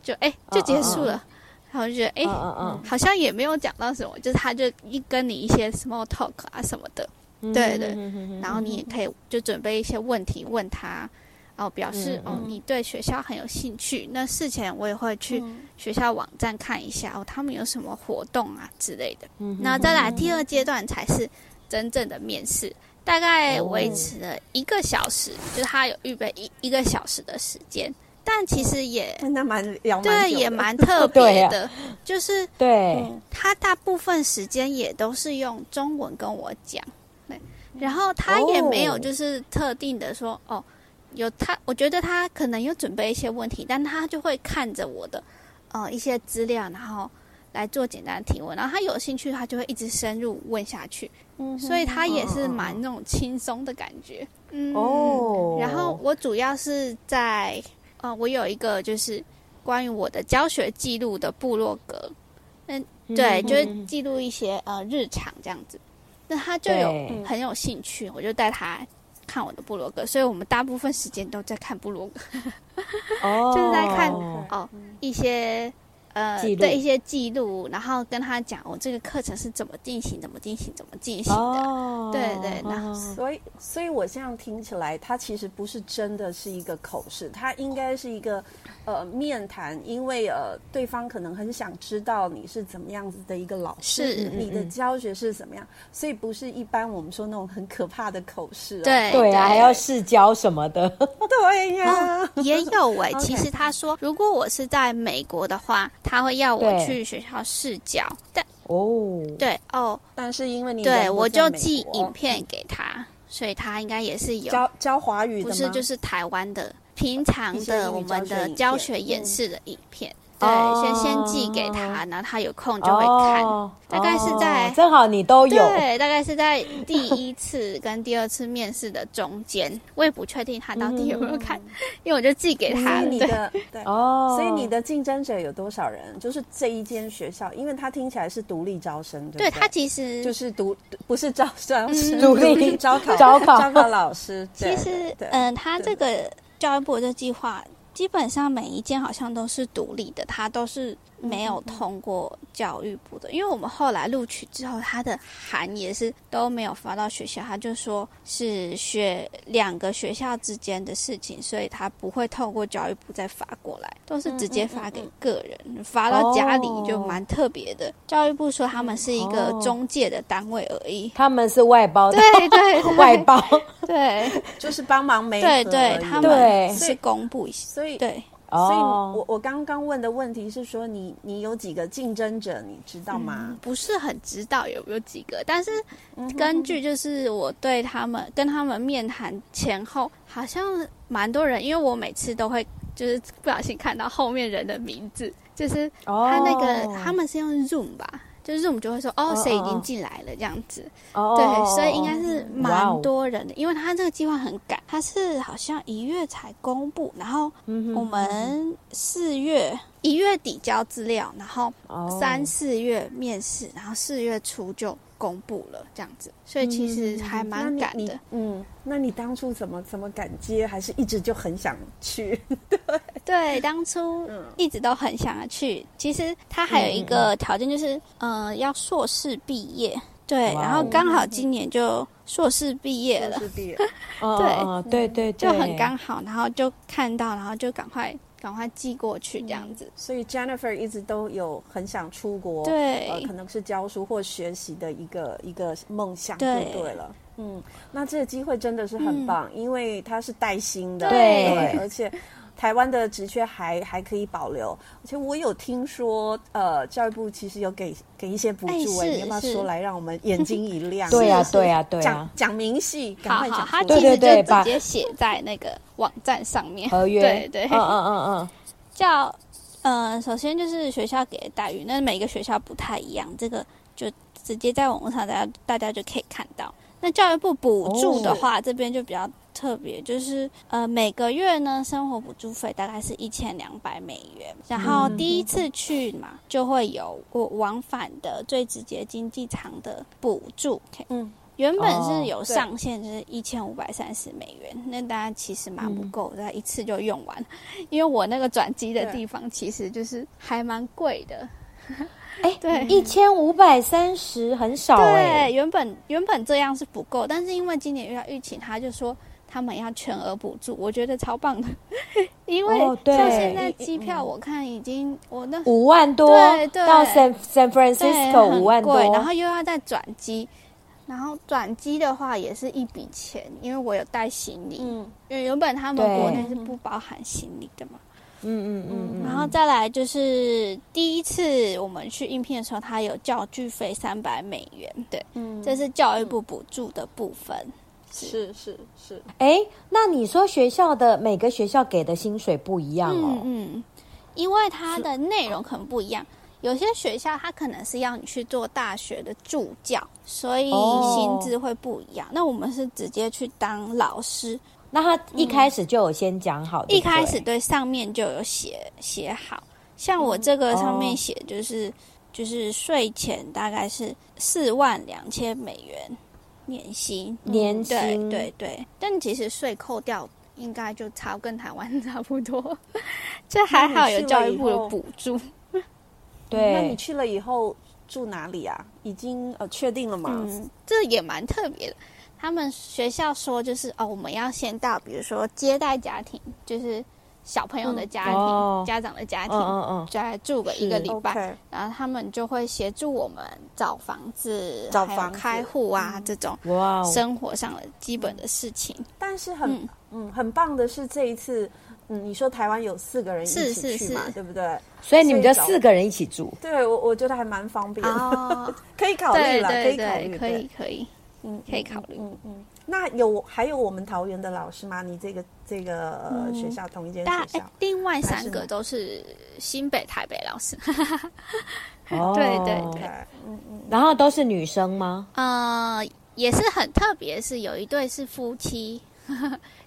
Speaker 3: 就哎、就结束了，然后就觉得哎、
Speaker 2: 嗯嗯嗯
Speaker 3: 好像也没有讲到什么，就是他就一跟你一些 small talk 啊什么的，
Speaker 2: 嗯，
Speaker 3: 对对
Speaker 2: 嗯，嗯嗯
Speaker 3: 然后你也可以就准备一些问题问他，哦，表示、
Speaker 2: 嗯
Speaker 3: 哦你对学校很有兴趣。那事前我也会去
Speaker 2: 嗯
Speaker 3: 学校网站看一下，哦，他们有什么活动啊之类的。
Speaker 2: 嗯
Speaker 3: 那再来第二阶段才是真正的面试，大
Speaker 1: 哦
Speaker 3: 概维持了一个小时，就是他有预备一一个小时的时间，但其实也
Speaker 1: 那蛮聊蛮
Speaker 3: 对
Speaker 1: 久
Speaker 3: 也
Speaker 1: 的 *laughs*
Speaker 3: 蛮特
Speaker 2: 对
Speaker 3: 别
Speaker 2: 啊
Speaker 3: 的，就是
Speaker 2: 对，
Speaker 3: 他大部分时间也都是用中文跟我讲，对，然后他也没有
Speaker 2: 嗯哦
Speaker 3: 就是特定的说哦，有他，我觉得他可能有准备一些问题，但他就会看着我的呃一些资料，然后来做简单的提问，然后他有兴趣，他就会一直深入问下去，
Speaker 2: 嗯
Speaker 3: 所以他也是蛮那种轻松的感觉，嗯，
Speaker 2: 哦
Speaker 3: 然后我主要是在呃，我有一个就是关于我的教学记录的部落格，对，
Speaker 2: 嗯
Speaker 3: 就
Speaker 2: 嗯
Speaker 3: 是
Speaker 2: 嗯
Speaker 3: 记录一些呃日常这样子。那他就
Speaker 2: 对
Speaker 3: 有很有兴趣，我就带他看我的部落格，所以我们大部分时间都在看部落格，
Speaker 2: 哦，
Speaker 3: 就是在看
Speaker 2: 哦
Speaker 3: 哦一些呃
Speaker 2: 记录
Speaker 3: 对一些记录，然后跟他讲我、这个课程是怎么进行、怎么进行、怎么进行的。
Speaker 2: 哦
Speaker 3: *laughs* 对对然后
Speaker 2: 哦
Speaker 1: 所以，所以我这样听起来，它其实不是真的是一个口试，它应该是一个呃面谈，因为呃对方可能很想知道你是怎么样子的一个老师，
Speaker 3: 是
Speaker 1: 你
Speaker 2: 嗯
Speaker 1: 的
Speaker 2: 嗯嗯
Speaker 1: 教学是怎么样，所以不是一般我们说那种很可怕的口试、哦。
Speaker 3: 对
Speaker 2: 对啊，还要 *laughs* 试教什么的，
Speaker 1: *laughs*
Speaker 3: *laughs*
Speaker 1: 对呀、
Speaker 3: 也有哎、
Speaker 1: OK
Speaker 3: 其实他说，如果我是在美国的话，他会要我
Speaker 2: 对
Speaker 3: 去学校试教，但
Speaker 2: 哦，
Speaker 3: 对哦，
Speaker 1: *laughs* 但是因为你人
Speaker 3: 对
Speaker 1: 不
Speaker 3: 我
Speaker 1: 在
Speaker 3: 就
Speaker 1: 美
Speaker 3: 寄
Speaker 1: 国
Speaker 3: 影片给他，所以他应该也是有
Speaker 1: 教教华语的
Speaker 3: 不
Speaker 1: 吗？
Speaker 3: 是，就是台湾的平常
Speaker 1: 一些英
Speaker 3: 的
Speaker 1: 语
Speaker 3: 我们
Speaker 1: 教学
Speaker 3: 的
Speaker 1: 影
Speaker 3: 教
Speaker 1: 片嗯
Speaker 3: 学演示的影片，
Speaker 2: 哦
Speaker 3: 对，先先寄给他，然后他有空就会看。
Speaker 2: 哦
Speaker 3: 大概是在
Speaker 2: 哦正好你都有，
Speaker 3: 对，大概是在第一次跟第二次面试的中间，我也不确定他到底有没有看，因为我就寄给他
Speaker 1: 所以
Speaker 3: 了。
Speaker 1: 嗯你
Speaker 3: 对， *laughs*
Speaker 1: 的对。
Speaker 2: 哦，
Speaker 1: 所以你的竞争者有多少人？就是这一间学校，因为它听起来是独立招生，对不对
Speaker 3: 对他其实
Speaker 1: 就是独不是招生，
Speaker 3: 嗯
Speaker 1: 是
Speaker 2: 独立
Speaker 1: 招考
Speaker 2: 招考
Speaker 1: 招考老师。对
Speaker 3: 其实
Speaker 1: 对，对
Speaker 3: 嗯，他
Speaker 1: 对
Speaker 3: 这个教育部这计划，基本上每一件好像都是独立的，它都是没有通过教育部的。因为我们后来录取之后，它的函也是都没有发到学校，他就说是学两个学校之间的事情，所以他不会透过教育部再发过来，都是直接发给个人，发到家里就蛮特别的。教育部说他们是一个
Speaker 2: 哦
Speaker 3: 中介的单位而已。
Speaker 2: 他们是外包的，
Speaker 3: 对对对，
Speaker 2: 外
Speaker 3: *laughs*
Speaker 2: 包，
Speaker 3: 对
Speaker 1: 就是帮忙媒合而
Speaker 3: 对
Speaker 1: 已。
Speaker 3: 对，他
Speaker 2: 对
Speaker 3: 们是公布一下，
Speaker 1: 所以
Speaker 3: 对。
Speaker 1: 所以
Speaker 2: 哦
Speaker 1: 我我刚刚问的问题是说你，你有几个竞争者，你知道吗
Speaker 3: 嗯？不是很知道有没有几个，但是根据就是我对他们跟他们面谈前后，好像蛮多人，因为我每次都会就是不小心看到后面人的名字，就是
Speaker 2: 哦
Speaker 3: 他那个、他们是用 Zoom 吧，就是 Zoom 就会说哦
Speaker 2: 哦
Speaker 3: 谁已
Speaker 2: 哦
Speaker 3: 经进来了这样子，
Speaker 2: 哦
Speaker 3: 对，所以应该是
Speaker 2: 哇哦
Speaker 3: 蛮多人的，因为他这个计划很赶，他是好像一月才公布，然后
Speaker 2: 嗯
Speaker 3: 我们四月一月底交资料，然后
Speaker 2: 哦
Speaker 3: 三四月面试，然后四月初就公布了这样子，所以其实还
Speaker 1: 那
Speaker 3: 蛮
Speaker 1: 你
Speaker 3: 赶
Speaker 1: 你
Speaker 3: 的。
Speaker 1: 嗯，那你当初怎么怎么敢接？还是一直就很想去？
Speaker 3: 对，当初一直都很想要去。其实他还有一
Speaker 2: 嗯
Speaker 3: 个条件就是，嗯、要硕士毕业。对，
Speaker 2: 哇哦
Speaker 3: 然后刚好今年就硕士毕业了
Speaker 1: 就。是毕业，
Speaker 2: 嗯
Speaker 3: 对
Speaker 2: 嗯嗯对对
Speaker 3: 就
Speaker 2: 对，
Speaker 3: 很刚好，然后就看到，然后就赶快赶快寄过去这样子。
Speaker 1: 所以 Jennifer 一直都有很想出国，
Speaker 3: 对
Speaker 1: 呃，可能是教书或学习的一个一个梦想，就
Speaker 3: 对
Speaker 1: 对了。嗯，那这个机会真的是很棒，因为它是带薪的，
Speaker 2: 对
Speaker 1: 而且。台湾的职缺还还可以保留，而且我有听说，呃，教育部其实有给给一些补
Speaker 3: 哎
Speaker 1: 助、哎，
Speaker 3: 是
Speaker 1: 你要不要
Speaker 3: 是
Speaker 1: 说来让我们眼睛一亮？
Speaker 2: 对呀
Speaker 1: 是
Speaker 2: 对呀对
Speaker 1: 讲
Speaker 2: 呀，
Speaker 1: 讲明细，赶
Speaker 3: 好
Speaker 1: 快
Speaker 3: 好，
Speaker 1: 讲
Speaker 3: 他
Speaker 1: 出
Speaker 3: 其
Speaker 1: 来。
Speaker 2: 对
Speaker 3: 实
Speaker 2: 对对
Speaker 3: 就
Speaker 2: 把
Speaker 3: 直接写在那个网站上面，
Speaker 2: 合约，
Speaker 3: 对对，
Speaker 2: 嗯嗯嗯
Speaker 3: *laughs*
Speaker 2: 嗯，
Speaker 3: 叫呃，首先就是学校给的待遇，那每个学校不太一样，这个就直接在网络上大家大家就可以看到。那教育部补助的话，这边就比较特别，就是呃每个月呢生活补助费大概是一千两百美元，然后第一次去嘛就会有我往返的最直接经济舱的补助，
Speaker 1: 嗯，
Speaker 3: 原本
Speaker 2: 哦
Speaker 3: 是有上限，就是一千五百三十美元，那大家其实蛮不够，大概一次就用完。因为我那个转机的地方其实就是还蛮贵的，
Speaker 2: 哎，
Speaker 3: 对
Speaker 2: 一千五百三十很少哎
Speaker 3: 对，，原本原本这样是不够，但是因为今年遇到疫情，他就说他们要全额补助，我觉得超棒的， *laughs* 因为
Speaker 2: 哦对
Speaker 3: 像现在机票我看已经我那
Speaker 2: 五万多
Speaker 3: 对对
Speaker 2: 到 San San
Speaker 3: 对
Speaker 2: Francisco
Speaker 3: 很
Speaker 2: 五万多
Speaker 3: 贵，，然后又要再转机。然后转机的话也是一笔钱，因为我有带行李，
Speaker 1: 嗯，
Speaker 3: 因为原本他们国内
Speaker 2: 对
Speaker 3: 是不包含行李的嘛。
Speaker 2: 嗯嗯嗯嗯，
Speaker 3: 然后再来就是第一次我们去应聘的时候，他有教具费三百美元，对，
Speaker 1: 嗯
Speaker 3: 这是教育部补助的部分。
Speaker 1: 是是是，
Speaker 2: 哎，那你说学校的每个学校给的薪水不一样
Speaker 3: 嗯
Speaker 2: 哦，
Speaker 3: 嗯，因为它的内容可能不一样。有些学校它可能是要你去做大学的助教，所以
Speaker 2: 哦
Speaker 3: 薪资会不一样。那我们是直接去当老师，
Speaker 2: 那他一开始就有先讲好，对
Speaker 3: 一
Speaker 2: 不
Speaker 3: 开始
Speaker 2: 对
Speaker 3: 对上面就有写写好，像我这个上
Speaker 2: 哦
Speaker 3: 面写就是、就是税前大概是四万两千美元年薪，嗯
Speaker 2: 年
Speaker 3: 对
Speaker 2: 薪
Speaker 3: 对对，但其实税扣掉应该就差跟台湾差不多， *laughs* 这还好有教育部的补助。
Speaker 1: 那你
Speaker 2: 对，
Speaker 1: 去了以后住哪里啊？已经呃确定了吗？
Speaker 3: 嗯，这也蛮特别的。他们学校说就是哦，我们要先到，比如说接待家庭，就是小朋友的家庭、
Speaker 2: 哦
Speaker 3: 家长的家
Speaker 2: 嗯
Speaker 3: 庭，
Speaker 2: 嗯嗯，
Speaker 3: 再住个一
Speaker 2: 是
Speaker 3: 个礼拜。
Speaker 1: OK，
Speaker 3: 然后他们就会协助我们找房子、
Speaker 1: 找
Speaker 3: 还有
Speaker 1: 房子嗯
Speaker 3: 开户啊、这种
Speaker 2: 哇哦，
Speaker 3: 生活上的基本的事情。
Speaker 1: 但是很嗯很棒的是这一次，嗯，你说台湾有四个人一
Speaker 3: 是
Speaker 1: 起
Speaker 3: 是
Speaker 1: 去嘛，
Speaker 3: 是
Speaker 1: 对不对？
Speaker 2: 所以你们就
Speaker 1: 所以找
Speaker 2: 四个人一起住，
Speaker 1: 对我我觉得还蛮方便的，
Speaker 3: *laughs* 哦，
Speaker 1: *laughs* 可以考虑
Speaker 3: 对
Speaker 1: 了，
Speaker 3: 对
Speaker 1: 可以考虑，
Speaker 3: 对，可以
Speaker 1: 对，
Speaker 3: 可以，
Speaker 1: 嗯，
Speaker 3: 可以考虑
Speaker 1: 嗯嗯。那有还有我们桃园的老师吗？你这个这个、呃学校同一间
Speaker 3: 嗯大
Speaker 1: 学
Speaker 3: 哎
Speaker 1: 校，
Speaker 3: 另外
Speaker 1: 还
Speaker 3: 三
Speaker 1: 是
Speaker 3: 个
Speaker 1: 你
Speaker 3: 都是新北、台北老师。 *laughs*
Speaker 2: 哦，
Speaker 3: 对对
Speaker 1: 对
Speaker 3: 对，
Speaker 1: 嗯嗯，
Speaker 2: 然后都是女生吗？
Speaker 3: 呃，也是很特别，是有一对是夫妻。 *laughs*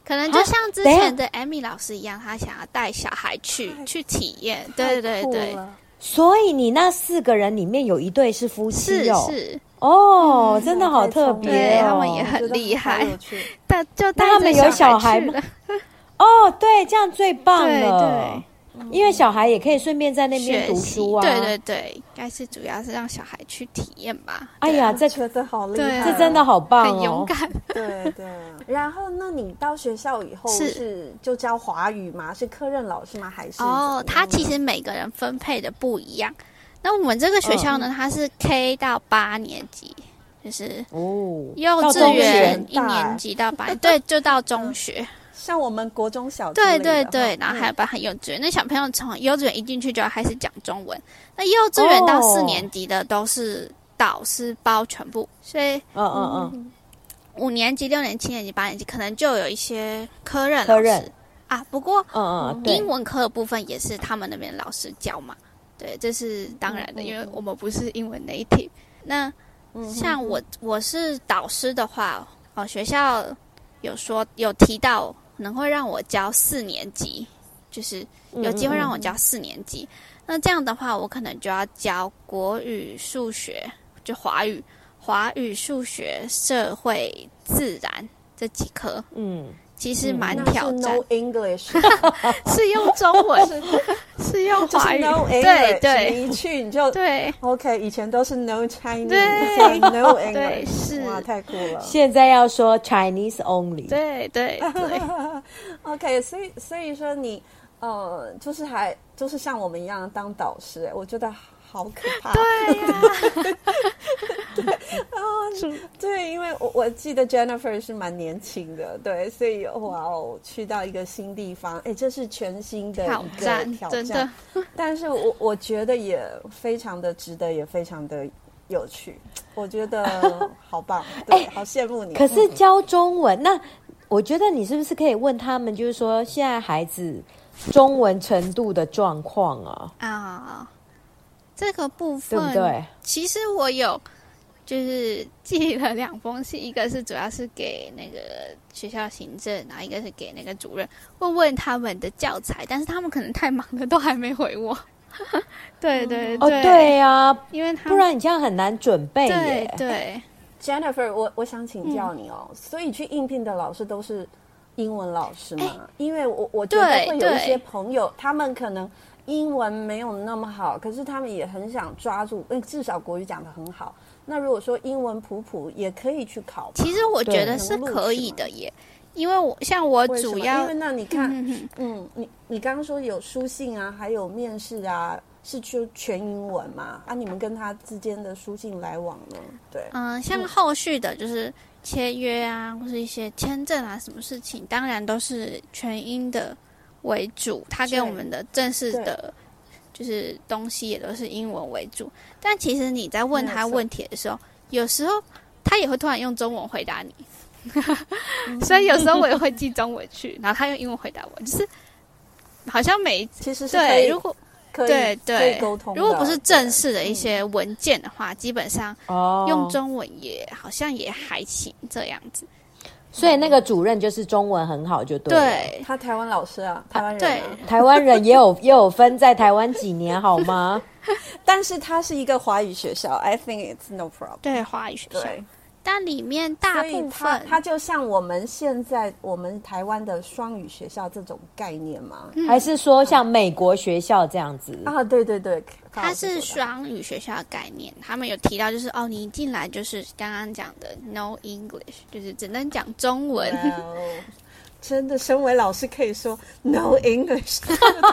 Speaker 3: 可能
Speaker 2: 啊
Speaker 3: 就像之
Speaker 2: 等一下
Speaker 3: 前的 Amy 老师一样，她想要带小孩去
Speaker 1: 太
Speaker 3: 去体验，对对
Speaker 1: 太酷
Speaker 3: 对，
Speaker 1: 了
Speaker 2: 所以你那四个人里面有一对是夫
Speaker 3: 是
Speaker 2: 妻哦，
Speaker 3: 是，
Speaker 2: 哦，真的
Speaker 1: 太
Speaker 2: 好特
Speaker 1: 聪明
Speaker 2: 别
Speaker 3: 对
Speaker 2: 哦，
Speaker 3: 他们也
Speaker 1: 我
Speaker 3: 很
Speaker 1: 觉得
Speaker 2: *laughs*
Speaker 3: 厉
Speaker 1: 好
Speaker 3: 害
Speaker 1: 有趣
Speaker 3: 但就带
Speaker 2: 那他们
Speaker 3: 着
Speaker 2: 有小
Speaker 3: 小
Speaker 2: 孩
Speaker 3: 去
Speaker 2: 吗
Speaker 3: 了，
Speaker 2: 哦，对，这样最棒
Speaker 3: 对
Speaker 2: 了。对，因为小孩也可以顺便在那边
Speaker 3: 学
Speaker 2: 读
Speaker 3: 习
Speaker 2: 书啊。
Speaker 3: 对对对，应该是主要是让小孩去体验吧。
Speaker 2: 哎呀，这
Speaker 1: 觉得好厉
Speaker 3: 对
Speaker 1: 害，
Speaker 3: 啊
Speaker 2: 这真的好棒
Speaker 3: 很勇
Speaker 2: 哦！
Speaker 3: 敢，
Speaker 1: 对对。然后，那你到学校以后
Speaker 3: 是
Speaker 1: 是就教华语吗？是科任老师吗？还是
Speaker 3: *laughs* 哦，
Speaker 1: 怎么
Speaker 3: 它
Speaker 1: 样
Speaker 3: 其实每个人分配的不一样。那我们这个学校
Speaker 2: 嗯
Speaker 3: 呢，它是 K 到八年级，就是
Speaker 2: 哦，
Speaker 3: 幼
Speaker 2: 到
Speaker 3: 稚
Speaker 2: 中
Speaker 3: 园
Speaker 1: 学
Speaker 3: 一年级到八，
Speaker 2: 哦
Speaker 3: 对，就到
Speaker 2: *laughs*
Speaker 3: 中学。
Speaker 1: 像我们国中小之
Speaker 3: 对
Speaker 1: 类的
Speaker 3: 对
Speaker 1: 哈
Speaker 2: 哦
Speaker 3: 对，然后还有
Speaker 1: 嗯
Speaker 3: 包含幼稚园，那小朋友从幼稚园一进去就要开始讲中文。那幼稚园到四
Speaker 2: 哦
Speaker 3: 年级的都是导师包全部，所以
Speaker 2: 嗯嗯嗯，
Speaker 3: 五年级、六年级、七年级、八年级可能就有一些科任
Speaker 2: 科
Speaker 3: 老
Speaker 2: 任
Speaker 3: 师啊。不过
Speaker 2: 嗯嗯，对
Speaker 3: 英，文课的部分也是他们那边老师教嘛，对，这是当然
Speaker 2: 嗯
Speaker 3: 的，因为我们不是英文 native。那像我我是导师的话，哦，学校有说有提到可能会让我教四年级，就是
Speaker 2: 嗯
Speaker 3: 有机会让我教四年级。那这样的话，我可能就要教国语、数学，就华语、华语、数学、社会、自然这几科，
Speaker 2: 嗯，
Speaker 3: 其实蛮
Speaker 1: 那
Speaker 3: 挑
Speaker 1: 是
Speaker 3: 战。
Speaker 1: No
Speaker 3: *laughs*
Speaker 1: English，
Speaker 3: 是用中
Speaker 1: *laughs*
Speaker 3: 文，是用
Speaker 1: 就是
Speaker 3: 华语，
Speaker 1: No English，
Speaker 3: 对对
Speaker 1: 你一去你就
Speaker 3: 对
Speaker 1: OK，以前都是 No Chinese，
Speaker 3: 对
Speaker 1: 现在 No
Speaker 3: *laughs* 对
Speaker 1: English，
Speaker 3: 是，
Speaker 1: 哇，太酷了。
Speaker 2: 现在要说 Chinese only，
Speaker 3: 对对对
Speaker 1: *laughs* OK，所以所以说你呃，就是还就是像我们一样当导师，哎我觉得好可怕。对呀、对，啊，对，因为我我记得 Jennifer 是蛮年轻的，对，所以哇哦，去到一个新地方，哎，这是全新的
Speaker 3: 挑
Speaker 1: 一个
Speaker 3: 战
Speaker 1: 挑
Speaker 3: 真
Speaker 1: 战
Speaker 3: 的，
Speaker 1: 但是我我觉得也非常的值得，也非常的有趣，我觉得好棒，对，好羡慕你。
Speaker 2: 可是教中文，那我觉得你是不是可以问他们，就是说现在孩子中文程度的状况啊，
Speaker 3: 啊。这个部
Speaker 2: 对
Speaker 3: 分，
Speaker 2: 不对？
Speaker 3: 其实我有就是寄了两封信，一个是主要是给那个学校行政，然后一个是给那个主任，问问他们的教材，但是他们可能太忙了，都还没回我。 *laughs* 对对
Speaker 1: 嗯
Speaker 2: 哦，对呀，
Speaker 3: 因为他
Speaker 2: 不
Speaker 3: 们
Speaker 2: 然你这样很难准备
Speaker 3: 对
Speaker 2: 耶。
Speaker 3: 对
Speaker 1: Jennifer，我我想
Speaker 3: 嗯
Speaker 1: 请教你哦，所以去应聘的老师都是英文老师吗？因为我我觉得
Speaker 3: 哎对
Speaker 1: 会有一
Speaker 3: 对
Speaker 1: 些朋友，他们可能英文没有那么好，可是他们也很想抓住，嗯，至少国语讲的很好。那如果说英文普普，也可以去考吧。
Speaker 3: 其实我觉
Speaker 2: 对
Speaker 3: 得
Speaker 1: 能
Speaker 3: 是
Speaker 1: 录
Speaker 3: 可
Speaker 1: 取
Speaker 3: 以
Speaker 1: 吗
Speaker 3: 的耶，因为我像我
Speaker 1: 为什
Speaker 3: 主
Speaker 1: 么
Speaker 3: 要
Speaker 1: 因为那你看，
Speaker 3: 嗯
Speaker 1: 嗯，你你刚刚说有书信啊，还有面试啊，是就全英文嘛？啊，你们跟他之间的书信来往呢？对，
Speaker 3: 嗯，像后续的就是签约啊，或是一些签证啊，什么事情，当然都是全英的为主。他给
Speaker 1: 对
Speaker 3: 我们的正式的，就是东西也都是英文为主。但其实你在问
Speaker 1: 没有
Speaker 3: 他
Speaker 1: 错
Speaker 3: 问题的时候，有时候他也会突然用中文回答你，
Speaker 1: 嗯
Speaker 3: *laughs* 所以有时候我也会记中文去，然后他用英文回答我，就是好像每一
Speaker 1: 其实 *laughs* 是可
Speaker 3: 对，
Speaker 1: 以
Speaker 3: 如果
Speaker 1: 可以可
Speaker 3: 对
Speaker 1: 以
Speaker 3: 对
Speaker 1: 沟通的。
Speaker 3: 如果不是正
Speaker 1: 对嗯
Speaker 3: 式的一些文件的话，基本上。
Speaker 2: 哦，
Speaker 3: 用中文也好像也还行这样子。
Speaker 2: 所以那个主任就是中文很好，就对了。
Speaker 3: 对
Speaker 1: 他台湾老师啊，台湾人、
Speaker 3: 对
Speaker 1: 啊，
Speaker 2: 台湾人也有 *laughs* 也有分在台湾几年好吗？
Speaker 1: 但是他是一个华语学校，I think it's no problem。
Speaker 3: 对，华语学校，
Speaker 1: 对，
Speaker 3: 但里面大
Speaker 1: 所以
Speaker 3: 部
Speaker 1: 他
Speaker 3: 分
Speaker 1: 他就像我们现在我们台湾的双语学校这种概念嘛。
Speaker 2: 还是说像美国学校这样子？
Speaker 1: 啊，对对对，
Speaker 3: 它是
Speaker 1: 双
Speaker 3: 双语学校的概念，他们有提到就是哦，你一进来就是刚刚讲的 no English，就是只能讲中文。
Speaker 1: 真的，身为老师可以说 no
Speaker 2: *laughs*
Speaker 1: English，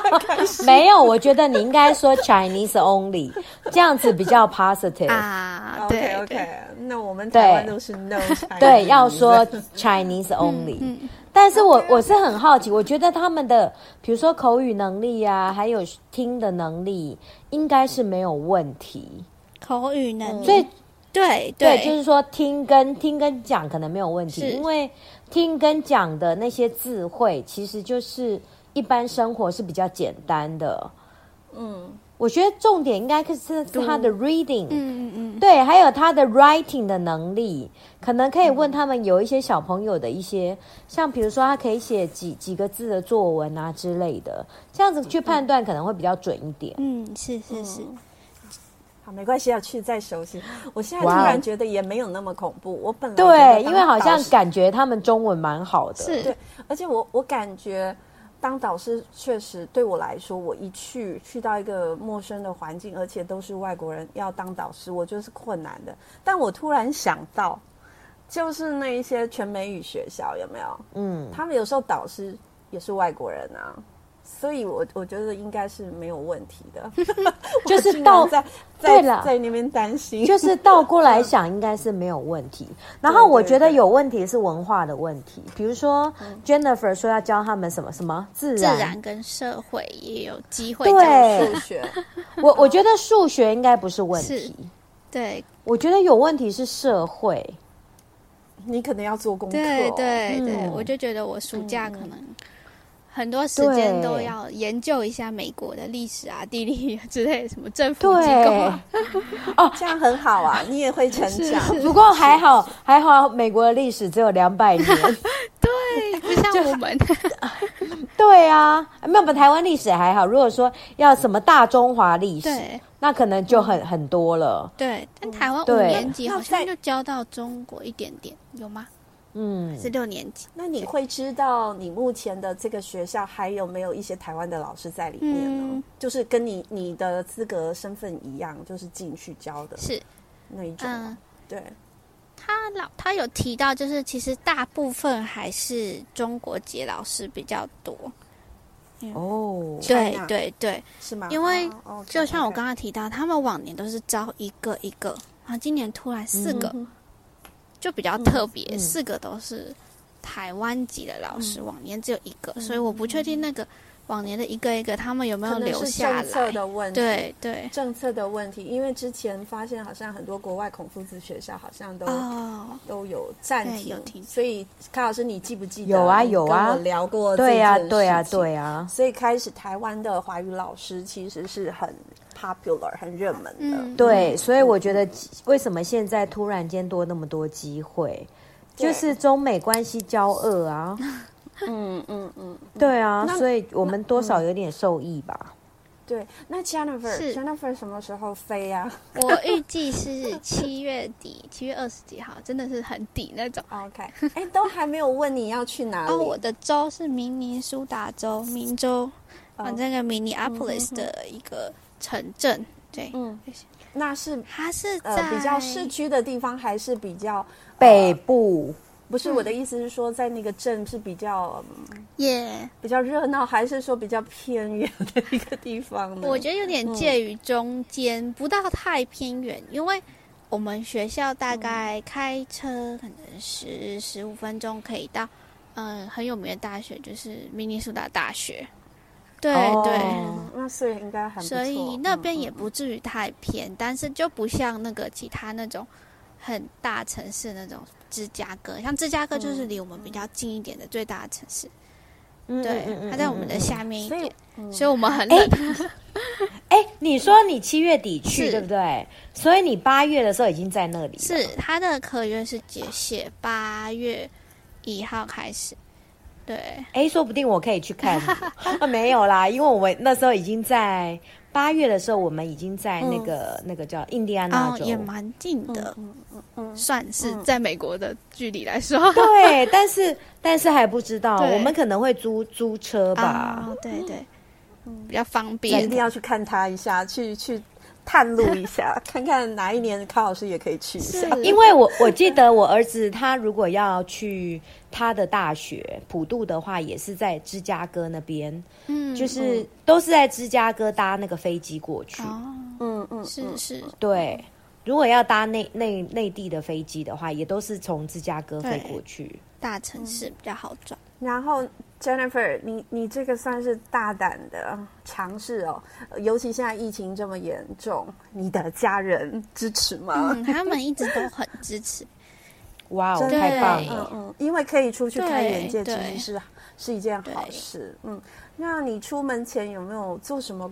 Speaker 1: 太开心了。
Speaker 2: 没有，我觉得你应该说 Chinese only，这样子比较 positive。
Speaker 3: 啊，对
Speaker 1: OK
Speaker 3: 对
Speaker 1: OK，那我们台湾
Speaker 2: 对
Speaker 1: 都是 no，
Speaker 2: 对，要说 Chinese only。但是我我是很好奇，我觉得他们的比如说口语能力啊，还有听的能力，应该是没有问题。
Speaker 3: 口语能力，
Speaker 2: 所以
Speaker 3: 对
Speaker 2: 对，就是说听跟听跟讲可能没有问题，
Speaker 3: 是
Speaker 2: 因为听跟讲的那些智慧，其实就是一般生活是比较简单的。嗯，我觉得重点应该是是他的 reading，
Speaker 3: 嗯嗯
Speaker 2: 对，还有他的 writing 的能力，可能可以问他们有一些小朋友的一些，像比如说他可以写几几个字的作文啊
Speaker 3: 嗯
Speaker 2: 之类的，这样子去判断可能会比较准一点。
Speaker 1: 嗯
Speaker 3: 嗯，是是是，
Speaker 1: 好，没关系啊，去再熟悉。我现在突
Speaker 2: 哇哦
Speaker 1: 然觉得也没有那么恐怖。我本来
Speaker 2: 对，
Speaker 1: 觉得当
Speaker 2: 因为好
Speaker 1: 导
Speaker 2: 像
Speaker 1: 师
Speaker 2: 感觉他们中文蛮好的，
Speaker 3: 是
Speaker 1: 对，而且我我感觉当导师确实对我来说，我一去去到一个陌生的环境，而且都是外国人，要当导师，我觉得是困难的。但我突然想到，就是那一些全美语学校有没有？
Speaker 2: 嗯，
Speaker 1: 他们有时候导师也是外国人啊。所以我，我觉得应该是没有问题的，我
Speaker 2: *laughs* 就是
Speaker 1: 竟然
Speaker 2: 到
Speaker 1: 在
Speaker 2: 对
Speaker 1: 在
Speaker 2: 了
Speaker 1: 在那边担心， *laughs*
Speaker 2: 就是倒过来想，应该是没有问题。然后
Speaker 1: 对对
Speaker 2: 我觉得
Speaker 1: 对嗯
Speaker 2: 有问题是文化的问题，比如说 Jennifer 说要教他们什么什么自
Speaker 3: 自
Speaker 2: 然，
Speaker 3: 然跟社会也有机会
Speaker 2: 对
Speaker 3: 教
Speaker 1: 数学，
Speaker 2: 我我觉得数学应该不是问
Speaker 3: 是
Speaker 2: 题，
Speaker 3: 对
Speaker 2: 我觉得有问题是社会。
Speaker 1: 你可能要做功课、
Speaker 3: 对
Speaker 1: 哦，
Speaker 3: 对对，
Speaker 2: 嗯
Speaker 3: 我就觉得我暑假可能很多时间都
Speaker 2: 对
Speaker 3: 要研究一下美国的历史啊、地理之类什么政府机构
Speaker 2: 对
Speaker 3: 啊，，
Speaker 1: 这样很好啊，你也会成长。
Speaker 2: 不过还好 *laughs* 还好，美国的历史只有两
Speaker 1: *laughs*
Speaker 2: 百年。
Speaker 3: *laughs* 对，不像我们
Speaker 2: 对啊，没有，我们台湾历史还好。如果说要什么大中华历史，
Speaker 3: 对
Speaker 2: 那可能就
Speaker 1: 嗯
Speaker 2: 很很多了。
Speaker 3: 对，但台湾五
Speaker 2: 对
Speaker 3: 年级
Speaker 1: 那
Speaker 3: 好像
Speaker 1: 在
Speaker 3: 就教到中国一点点，有吗？
Speaker 2: 嗯，
Speaker 3: 是六年级，
Speaker 1: 那你会知道你目前的这个学校还有没有一些台湾的老师在里面呢？
Speaker 3: 嗯
Speaker 1: 就是跟你你的资格身份一样，就是进去教的
Speaker 3: 是
Speaker 1: 那一种。
Speaker 3: 嗯。
Speaker 1: 对，
Speaker 3: 他老他有提到，就是其实大部分还是中国籍老师比较多。
Speaker 2: 哦，
Speaker 3: 对
Speaker 1: China
Speaker 3: 对对，
Speaker 1: 是吗？
Speaker 3: 因为
Speaker 1: 哦哦
Speaker 3: 就像我
Speaker 1: OK
Speaker 3: 刚刚提到，他们往年都是招一个一个，然后今年突然四
Speaker 1: 嗯
Speaker 3: 个，就比较特别，
Speaker 2: 嗯
Speaker 3: 四个都是台湾籍的老
Speaker 1: 嗯
Speaker 3: 师，往年只有一个，所以我不确定那个往年的一个一个他们有没有
Speaker 1: 可能
Speaker 3: 留
Speaker 1: 是
Speaker 3: 下
Speaker 1: 政策
Speaker 3: 来。
Speaker 1: 的问题，
Speaker 3: 对对，
Speaker 1: 政策的问题，因为之前发现好像很多国外孔夫子学校好像都、
Speaker 3: 哦，
Speaker 1: 都有暂
Speaker 3: 对
Speaker 1: 停，
Speaker 3: 有停
Speaker 1: 所以卡老师你记不记得？
Speaker 2: 有啊有啊
Speaker 1: 跟我聊过这
Speaker 2: 对呀
Speaker 1: 件，
Speaker 2: 对呀，
Speaker 1: 事情
Speaker 2: 对啊呀。
Speaker 1: 所以开始台湾的华语老师其实是很 popular、很热门的。
Speaker 3: 嗯，
Speaker 2: 对，所以我觉得为什么现在突然间多那么多机会，
Speaker 1: 对
Speaker 2: 就是中美关系交恶
Speaker 3: *laughs*
Speaker 2: 啊，
Speaker 1: 嗯嗯嗯，
Speaker 2: 对啊，
Speaker 1: 那
Speaker 2: 所以我们多
Speaker 3: 嗯
Speaker 2: 少有点受益吧。
Speaker 1: 对。那 Jennifer
Speaker 3: 是
Speaker 1: Jennifer 什么时候飞啊
Speaker 3: *laughs*
Speaker 1: 呀、
Speaker 3: 我预计是七月底，七月二十几号，真的是很底那种。
Speaker 1: o k 哎，都还没有问你要去哪里。
Speaker 3: 哦，我的州是明尼苏达州，明州，
Speaker 1: 哦
Speaker 3: 啊，这个 Minneapolis 的一个城镇，对，
Speaker 1: 嗯，那是
Speaker 3: 它是
Speaker 1: 呃
Speaker 3: 在
Speaker 1: 比较市区的地方，还是比较
Speaker 2: 北
Speaker 1: 呃
Speaker 2: 部
Speaker 1: 不是我的意思是说，在那个镇是比较、嗯
Speaker 3: 耶，
Speaker 1: 比较热闹，还是说比较偏远的一个地方呢？
Speaker 3: 我觉得有点介于中间，不到太偏远，因为我们学校大概开车可能十十五分钟可以到，嗯，很有名的大学就是明尼苏达大学，对
Speaker 2: 哦
Speaker 3: 对。
Speaker 1: 嗯那所以应该还不错。
Speaker 3: 所以那边
Speaker 1: 嗯
Speaker 3: 也不至于太偏，但是就不像那个其他那种很大城市那种芝加哥，像芝加哥就是离我们比较近一点的最大的城市，
Speaker 2: 嗯
Speaker 3: 对，它在我们的下面一
Speaker 1: 所
Speaker 3: 点，
Speaker 1: 以
Speaker 3: 所以我们很冷，
Speaker 2: 哎、你说你七月底去，
Speaker 3: 是
Speaker 2: 对不对？所以你八月的时候已经在那里了
Speaker 3: 是它的合约是结写八月一号开始，对，
Speaker 2: 哎、说不定我可以去看你。 *laughs* 啊没有啦，因为我们那时候已经在八月的时候，我们已经在那个、那个叫印第安
Speaker 3: 然
Speaker 2: 纳
Speaker 3: 后
Speaker 2: 州。
Speaker 3: 嗯啊哦也蛮近的，算是在美国的距离来 *laughs* 说，
Speaker 2: 对，但是但是还不知道，
Speaker 3: 对
Speaker 2: 我们可能会租租车吧。
Speaker 3: 啊，对对，比较方
Speaker 1: 你
Speaker 3: 便
Speaker 1: 一定，要去看他一下，去去探路一下，看看哪一年康老师也可以去一下。
Speaker 3: 是
Speaker 2: 因为我我记得我儿子他如果要去他的大学普渡的话，也是在芝加哥那边，
Speaker 3: 嗯，
Speaker 2: 就是、都是在芝加哥搭那个飞机过去。
Speaker 3: 哦。
Speaker 1: 嗯嗯，
Speaker 3: 是是，
Speaker 2: 对，如果要搭内内内地的飞机的话，也都是从芝加哥飞
Speaker 3: 对
Speaker 2: 过去。
Speaker 3: 大城市比较好转。
Speaker 1: 然后 Jennifer，你你这个算是大胆的尝试哦，呃尤其现在疫情这么严重，你的家人支持吗？
Speaker 3: 嗯，他们一直都很支持。
Speaker 2: 哇哦，
Speaker 1: 真的
Speaker 2: 太棒
Speaker 3: 对
Speaker 1: 嗯
Speaker 2: 了！
Speaker 1: 嗯，因为可以出去开
Speaker 3: 对
Speaker 1: 眼界，其
Speaker 3: 对
Speaker 1: 实是是一件好事。嗯，那你出门前有没有做什么？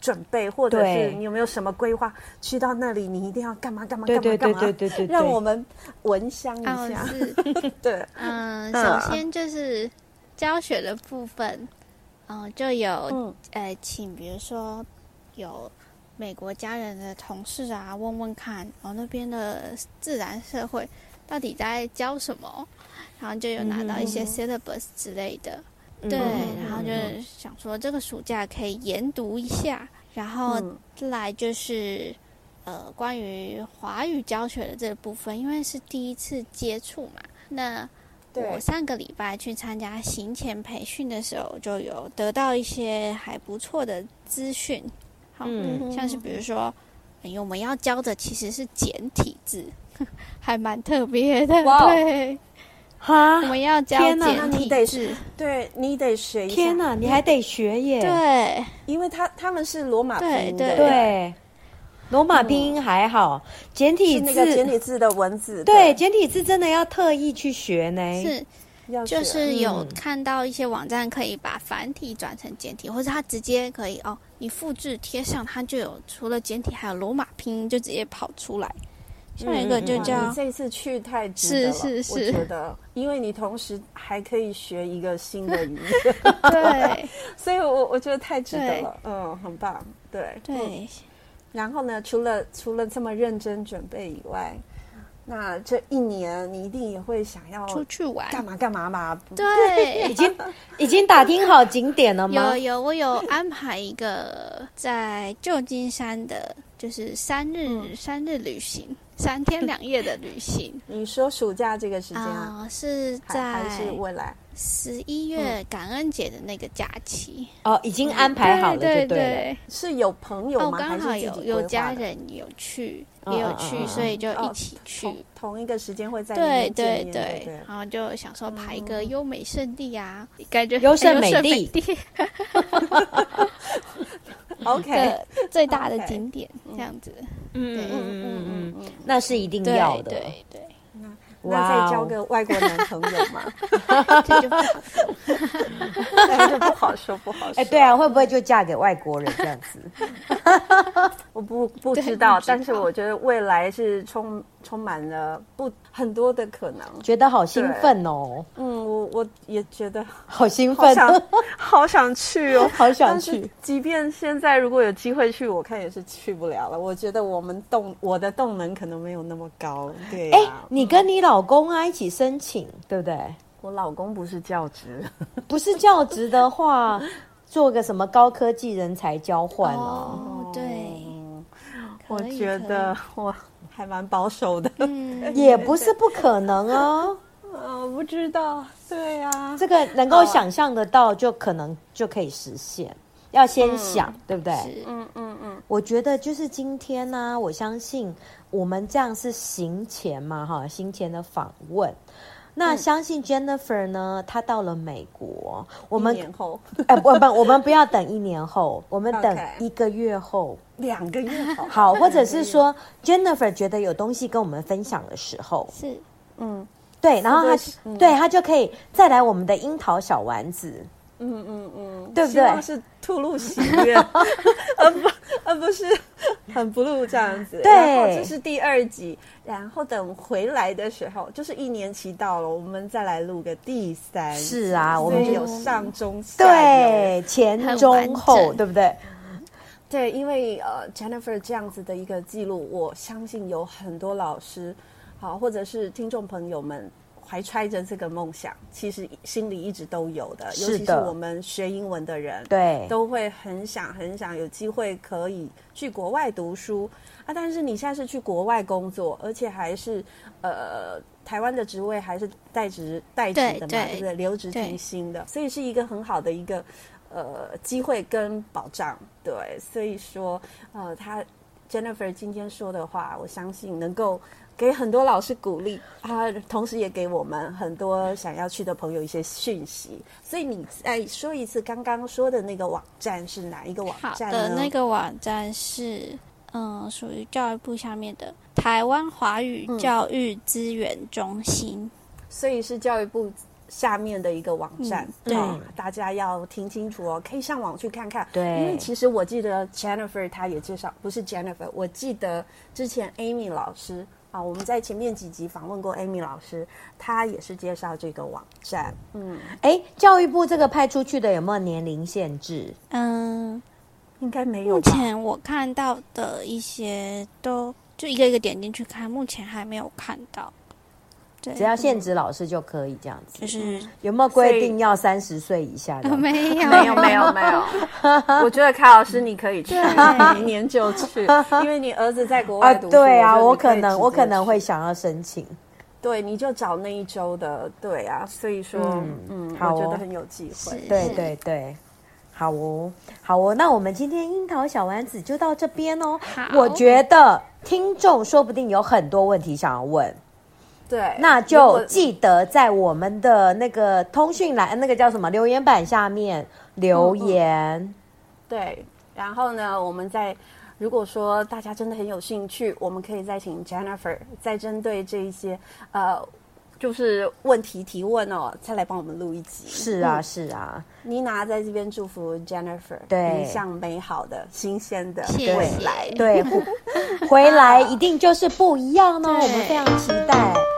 Speaker 1: 准备，或者是
Speaker 2: 对
Speaker 1: 你有没有什么规划？去到那里，你一定要干嘛干嘛干
Speaker 2: 对
Speaker 1: 嘛
Speaker 2: 对
Speaker 1: 干
Speaker 2: 对
Speaker 1: 嘛？
Speaker 2: 对对对对，
Speaker 1: 让我们闻香一
Speaker 3: 啊，
Speaker 1: 下。
Speaker 3: 是，
Speaker 1: *laughs* 对，
Speaker 3: 嗯，首先就是教学的部分，嗯，就有
Speaker 1: 嗯
Speaker 3: 呃，请比如说有美国家人的同事啊，问问看，然后那边的自然社会到底在教什么，然后就有拿到一些 syllabus 之类的，
Speaker 2: 嗯
Speaker 3: 对，然后就是想说这个暑假可以研读一下，然后
Speaker 1: 嗯
Speaker 3: 再来就是。呃，关于华语教学的这部分，因为是第一次接触嘛，那我
Speaker 1: 对，
Speaker 3: 上个礼拜去参加行前培训的时候，就有得到一些还不错的资讯，好，
Speaker 2: 嗯
Speaker 3: 像是比如说，因为我们要教的其实是简体字， *laughs* 还蛮特别的，
Speaker 2: 哇哦
Speaker 3: 对，
Speaker 2: 哈
Speaker 3: 我，们要教
Speaker 2: 天哪
Speaker 1: 那
Speaker 3: 简
Speaker 1: 你
Speaker 3: 体
Speaker 1: 得
Speaker 3: 字，
Speaker 1: 对你得学一下，
Speaker 2: 天哪，你还得学耶！
Speaker 3: 对，
Speaker 1: 因为他他们是罗马拼音的，
Speaker 3: 对
Speaker 2: 对，罗马拼音还好，简体
Speaker 1: 是
Speaker 2: 字
Speaker 1: 那个简体字的文字，
Speaker 2: 对简体字真的要特意去学呢。
Speaker 3: 是
Speaker 1: 要学
Speaker 3: 就是有
Speaker 2: 嗯
Speaker 3: 看到一些网站可以把繁体转成简体，或者它直接可以哦，你复制贴上，它就有除了简体还有罗马拼音，就直接跑出来。像有一个就
Speaker 1: 哇
Speaker 3: 叫
Speaker 1: 你这一次去太值得了，
Speaker 3: 是是
Speaker 1: 我
Speaker 3: 是
Speaker 1: 觉得，因为你同时还可以学一个新的语言，
Speaker 3: *laughs* 对
Speaker 1: 所以我我觉得太值得
Speaker 3: 对
Speaker 1: 了，嗯，很棒，对嗯
Speaker 3: 对，
Speaker 1: 然后呢，除了除了这么认真准备以外，那这一年你一定也会想要
Speaker 3: 出去玩，
Speaker 1: 嗯干嘛干嘛嘛， *laughs*
Speaker 3: 对，
Speaker 2: 已经已经打听好景点了吗
Speaker 3: 有？有，我有安排一个在旧金山的，就是三日、
Speaker 1: 嗯
Speaker 3: 三日旅行，三天两夜的旅
Speaker 1: *laughs*
Speaker 3: 行
Speaker 1: 你说暑假这个时间啊，
Speaker 3: 啊、是
Speaker 1: 还还是嗯
Speaker 3: 在
Speaker 1: 未来？
Speaker 3: 十一月感恩节的那个假期，
Speaker 2: 哦，已经安排好了，
Speaker 3: 对
Speaker 2: 就了。
Speaker 1: 是有朋友
Speaker 3: 哦，
Speaker 1: 吗？还
Speaker 3: 刚
Speaker 1: 是
Speaker 3: 好
Speaker 1: 自己
Speaker 3: 有
Speaker 1: 规
Speaker 3: 有
Speaker 1: 划
Speaker 3: 家
Speaker 1: 的
Speaker 3: 人有去，
Speaker 2: 嗯
Speaker 3: 也有
Speaker 2: 嗯
Speaker 3: 去，
Speaker 2: 嗯
Speaker 3: 所以就
Speaker 1: 嗯
Speaker 3: 一起去。
Speaker 1: 同同一个时间会在那
Speaker 3: 对
Speaker 1: 边见
Speaker 3: 对
Speaker 1: 面
Speaker 3: 对
Speaker 1: 对嗯不，
Speaker 3: 然后就想说排一个优美圣地啊，感觉
Speaker 2: 优
Speaker 3: *laughs*
Speaker 2: 胜
Speaker 3: 美
Speaker 2: 美地
Speaker 3: 地
Speaker 1: 对，OK，
Speaker 3: 的最大的
Speaker 1: OK
Speaker 3: 景点这样子，
Speaker 2: 嗯
Speaker 3: 对
Speaker 2: 嗯嗯嗯嗯
Speaker 1: 嗯嗯嗯，
Speaker 2: 那是一定
Speaker 3: 对
Speaker 2: 要的。
Speaker 3: 对对，
Speaker 1: 那再交
Speaker 2: 哇哦
Speaker 1: 个外国男朋友嘛，
Speaker 3: *laughs* 这就不好 *laughs*
Speaker 1: 那就不好说，不好说。
Speaker 2: 哎，对啊，会不会就嫁给外国人这样子？
Speaker 1: 我不不
Speaker 3: 对
Speaker 1: 知道
Speaker 3: 不，知
Speaker 1: 但是
Speaker 3: 道
Speaker 1: 我觉得未来是充充满了不很多的可能。
Speaker 2: 觉得好兴奋哦，
Speaker 1: 嗯，我我也觉得
Speaker 2: 好兴
Speaker 1: 好
Speaker 2: 奋，
Speaker 1: 想好想去哦，
Speaker 2: *laughs* 好想
Speaker 1: 但是
Speaker 2: 去。
Speaker 1: 即便现在如果有机会去，我看也是去不了了。我觉得我们动我的动能可能没有那么高。对呀、
Speaker 2: 哎，你跟你老公啊一起申请，对不对？
Speaker 1: 我老公不是教职，
Speaker 2: 不是教职的话，做个什么高科技人才交换啊？
Speaker 3: 哦，对，
Speaker 1: 哎我
Speaker 3: 可以
Speaker 1: 觉得我还蛮保守的。
Speaker 3: 嗯，
Speaker 2: 也不是不可能哦。
Speaker 1: 呃，不知道，对呀、
Speaker 2: 这个能够想象得到，就可能就可以实现。要先想，对不对？
Speaker 3: 是
Speaker 1: 嗯嗯嗯，
Speaker 2: 我觉得就是今天呢、我相信我们这样是行前嘛，哈，行前的访问。那相信 Jennifer 呢，她到了美国，我
Speaker 1: 一
Speaker 2: 们
Speaker 1: 年后
Speaker 2: *laughs* 哎不不，我们不要等一年后，我们等
Speaker 1: OK
Speaker 2: 一个月后。
Speaker 1: 两个月后，
Speaker 2: 好，或者是说 Jennifer 觉得有东西跟我们分享的时候，
Speaker 3: 是
Speaker 1: 嗯
Speaker 2: 对，然后
Speaker 1: 对
Speaker 2: 他
Speaker 1: 是嗯
Speaker 2: 对他就可以再来我们的樱桃小丸子。
Speaker 1: 嗯嗯嗯，
Speaker 2: 对不
Speaker 1: 希望
Speaker 2: 对
Speaker 1: 是吐露喜
Speaker 2: *laughs*
Speaker 1: 悦，而不而不是很 blue 这样子。
Speaker 2: 对
Speaker 1: 然后这是第二集，然后等回来的时候，就是一年期到了，我们再来录个第三集。
Speaker 2: 是啊，我
Speaker 1: 我
Speaker 2: 们
Speaker 1: 们
Speaker 2: 就
Speaker 1: 有上中下游
Speaker 2: 对前
Speaker 3: 很
Speaker 2: 中
Speaker 3: 完
Speaker 2: 后，
Speaker 3: 整
Speaker 2: 对不对？
Speaker 1: 对，因为呃，Jennifer 这样子的一个记录，我相信有很多老师，好、或者是听众朋友们。怀揣着这个梦想，其实心里一直都有的，尤
Speaker 2: 是
Speaker 1: 其是
Speaker 2: 的
Speaker 1: 我们学英文的人，
Speaker 2: 对，
Speaker 1: 都会很想很想有机会可以去国外读书啊。但是你现在是去国外工作，而且还是呃台湾的职位还是代职代职的嘛，
Speaker 3: 对
Speaker 1: 对不对？留职
Speaker 3: 对
Speaker 1: 停薪的，所以是一个很好的一个呃机会跟保障。对，所以说呃，他 Jennifer 今天说的话，我相信能够。给很多老师鼓励啊，同时也给我们很多想要去的朋友一些讯息。所以你再说一次刚刚说的那个网站是哪一个网
Speaker 3: 好
Speaker 1: 站
Speaker 3: 的
Speaker 1: 呢？
Speaker 3: 那个网站是嗯，属于教育部下面的台湾华语教育资源中心。
Speaker 1: 所以是教育部下面的一个网站，
Speaker 3: 嗯对
Speaker 1: 啊大家要听清楚哦，可以上网去看看。
Speaker 2: 对
Speaker 1: 因为其实我记得 Jennifer 她也介绍，不是 Jennifer，我记得之前 Amy 老师啊，我们在前面几集访问过 Amy 老师，她也是介绍这个网站。嗯，
Speaker 2: 哎，教育部这个派出去的有没有年龄限制？
Speaker 3: 嗯，
Speaker 1: 应该没有
Speaker 3: 目
Speaker 1: 吧？
Speaker 3: 前我看到的一些都就一个一个点进去看，目前还没有看到。对，
Speaker 2: 只要限制老师就可以这样子。
Speaker 3: 就是、
Speaker 2: 有没有规定要三十岁以下的？
Speaker 3: *laughs*
Speaker 2: 啊
Speaker 3: 没有
Speaker 1: *laughs*
Speaker 2: *laughs*
Speaker 1: 没有没有没有，我觉得卡老师你可以去，
Speaker 3: 对
Speaker 1: 明年就
Speaker 2: *laughs*
Speaker 1: 去，因为你儿子在国
Speaker 2: 啊，
Speaker 1: 外读书。
Speaker 2: 对啊，
Speaker 1: 我
Speaker 2: 我
Speaker 1: 觉得
Speaker 2: 可
Speaker 1: 你以
Speaker 2: 能
Speaker 1: 直
Speaker 2: 我
Speaker 1: 接
Speaker 2: 可能
Speaker 1: 去
Speaker 2: 会想要申请。
Speaker 1: 对，你就找那一周的，对啊，所以说，
Speaker 2: 嗯
Speaker 1: 嗯，我
Speaker 2: 好
Speaker 1: 觉得
Speaker 2: 哦
Speaker 1: 很有机会。
Speaker 3: 是
Speaker 2: 对
Speaker 3: 是
Speaker 2: 对对，好哦，好哦，那我们今天樱桃小丸子就到这边哦。
Speaker 3: 好
Speaker 2: 我觉得听众说不定有很多问题想要问，
Speaker 1: 对，
Speaker 2: 那
Speaker 1: 如果
Speaker 2: 就记得在我们的那个通讯栏，那个叫什么留言板下面留言。
Speaker 1: 对。然后呢，我们再如果说大家真的很有兴趣，我们可以再请 Jennifer 再针对这一些呃，就是问题提问哦，再来帮我们录一集。
Speaker 2: 是啊，是啊，
Speaker 1: 妮娜在这边祝福 Jennifer
Speaker 2: 对
Speaker 1: 迎向美好的、新鲜的
Speaker 3: 谢
Speaker 1: 未
Speaker 3: 谢
Speaker 1: 来。
Speaker 2: *laughs* 对，回回来一定就是不一样哦。
Speaker 3: 对
Speaker 2: 我们非常期待。
Speaker 1: 嗯哦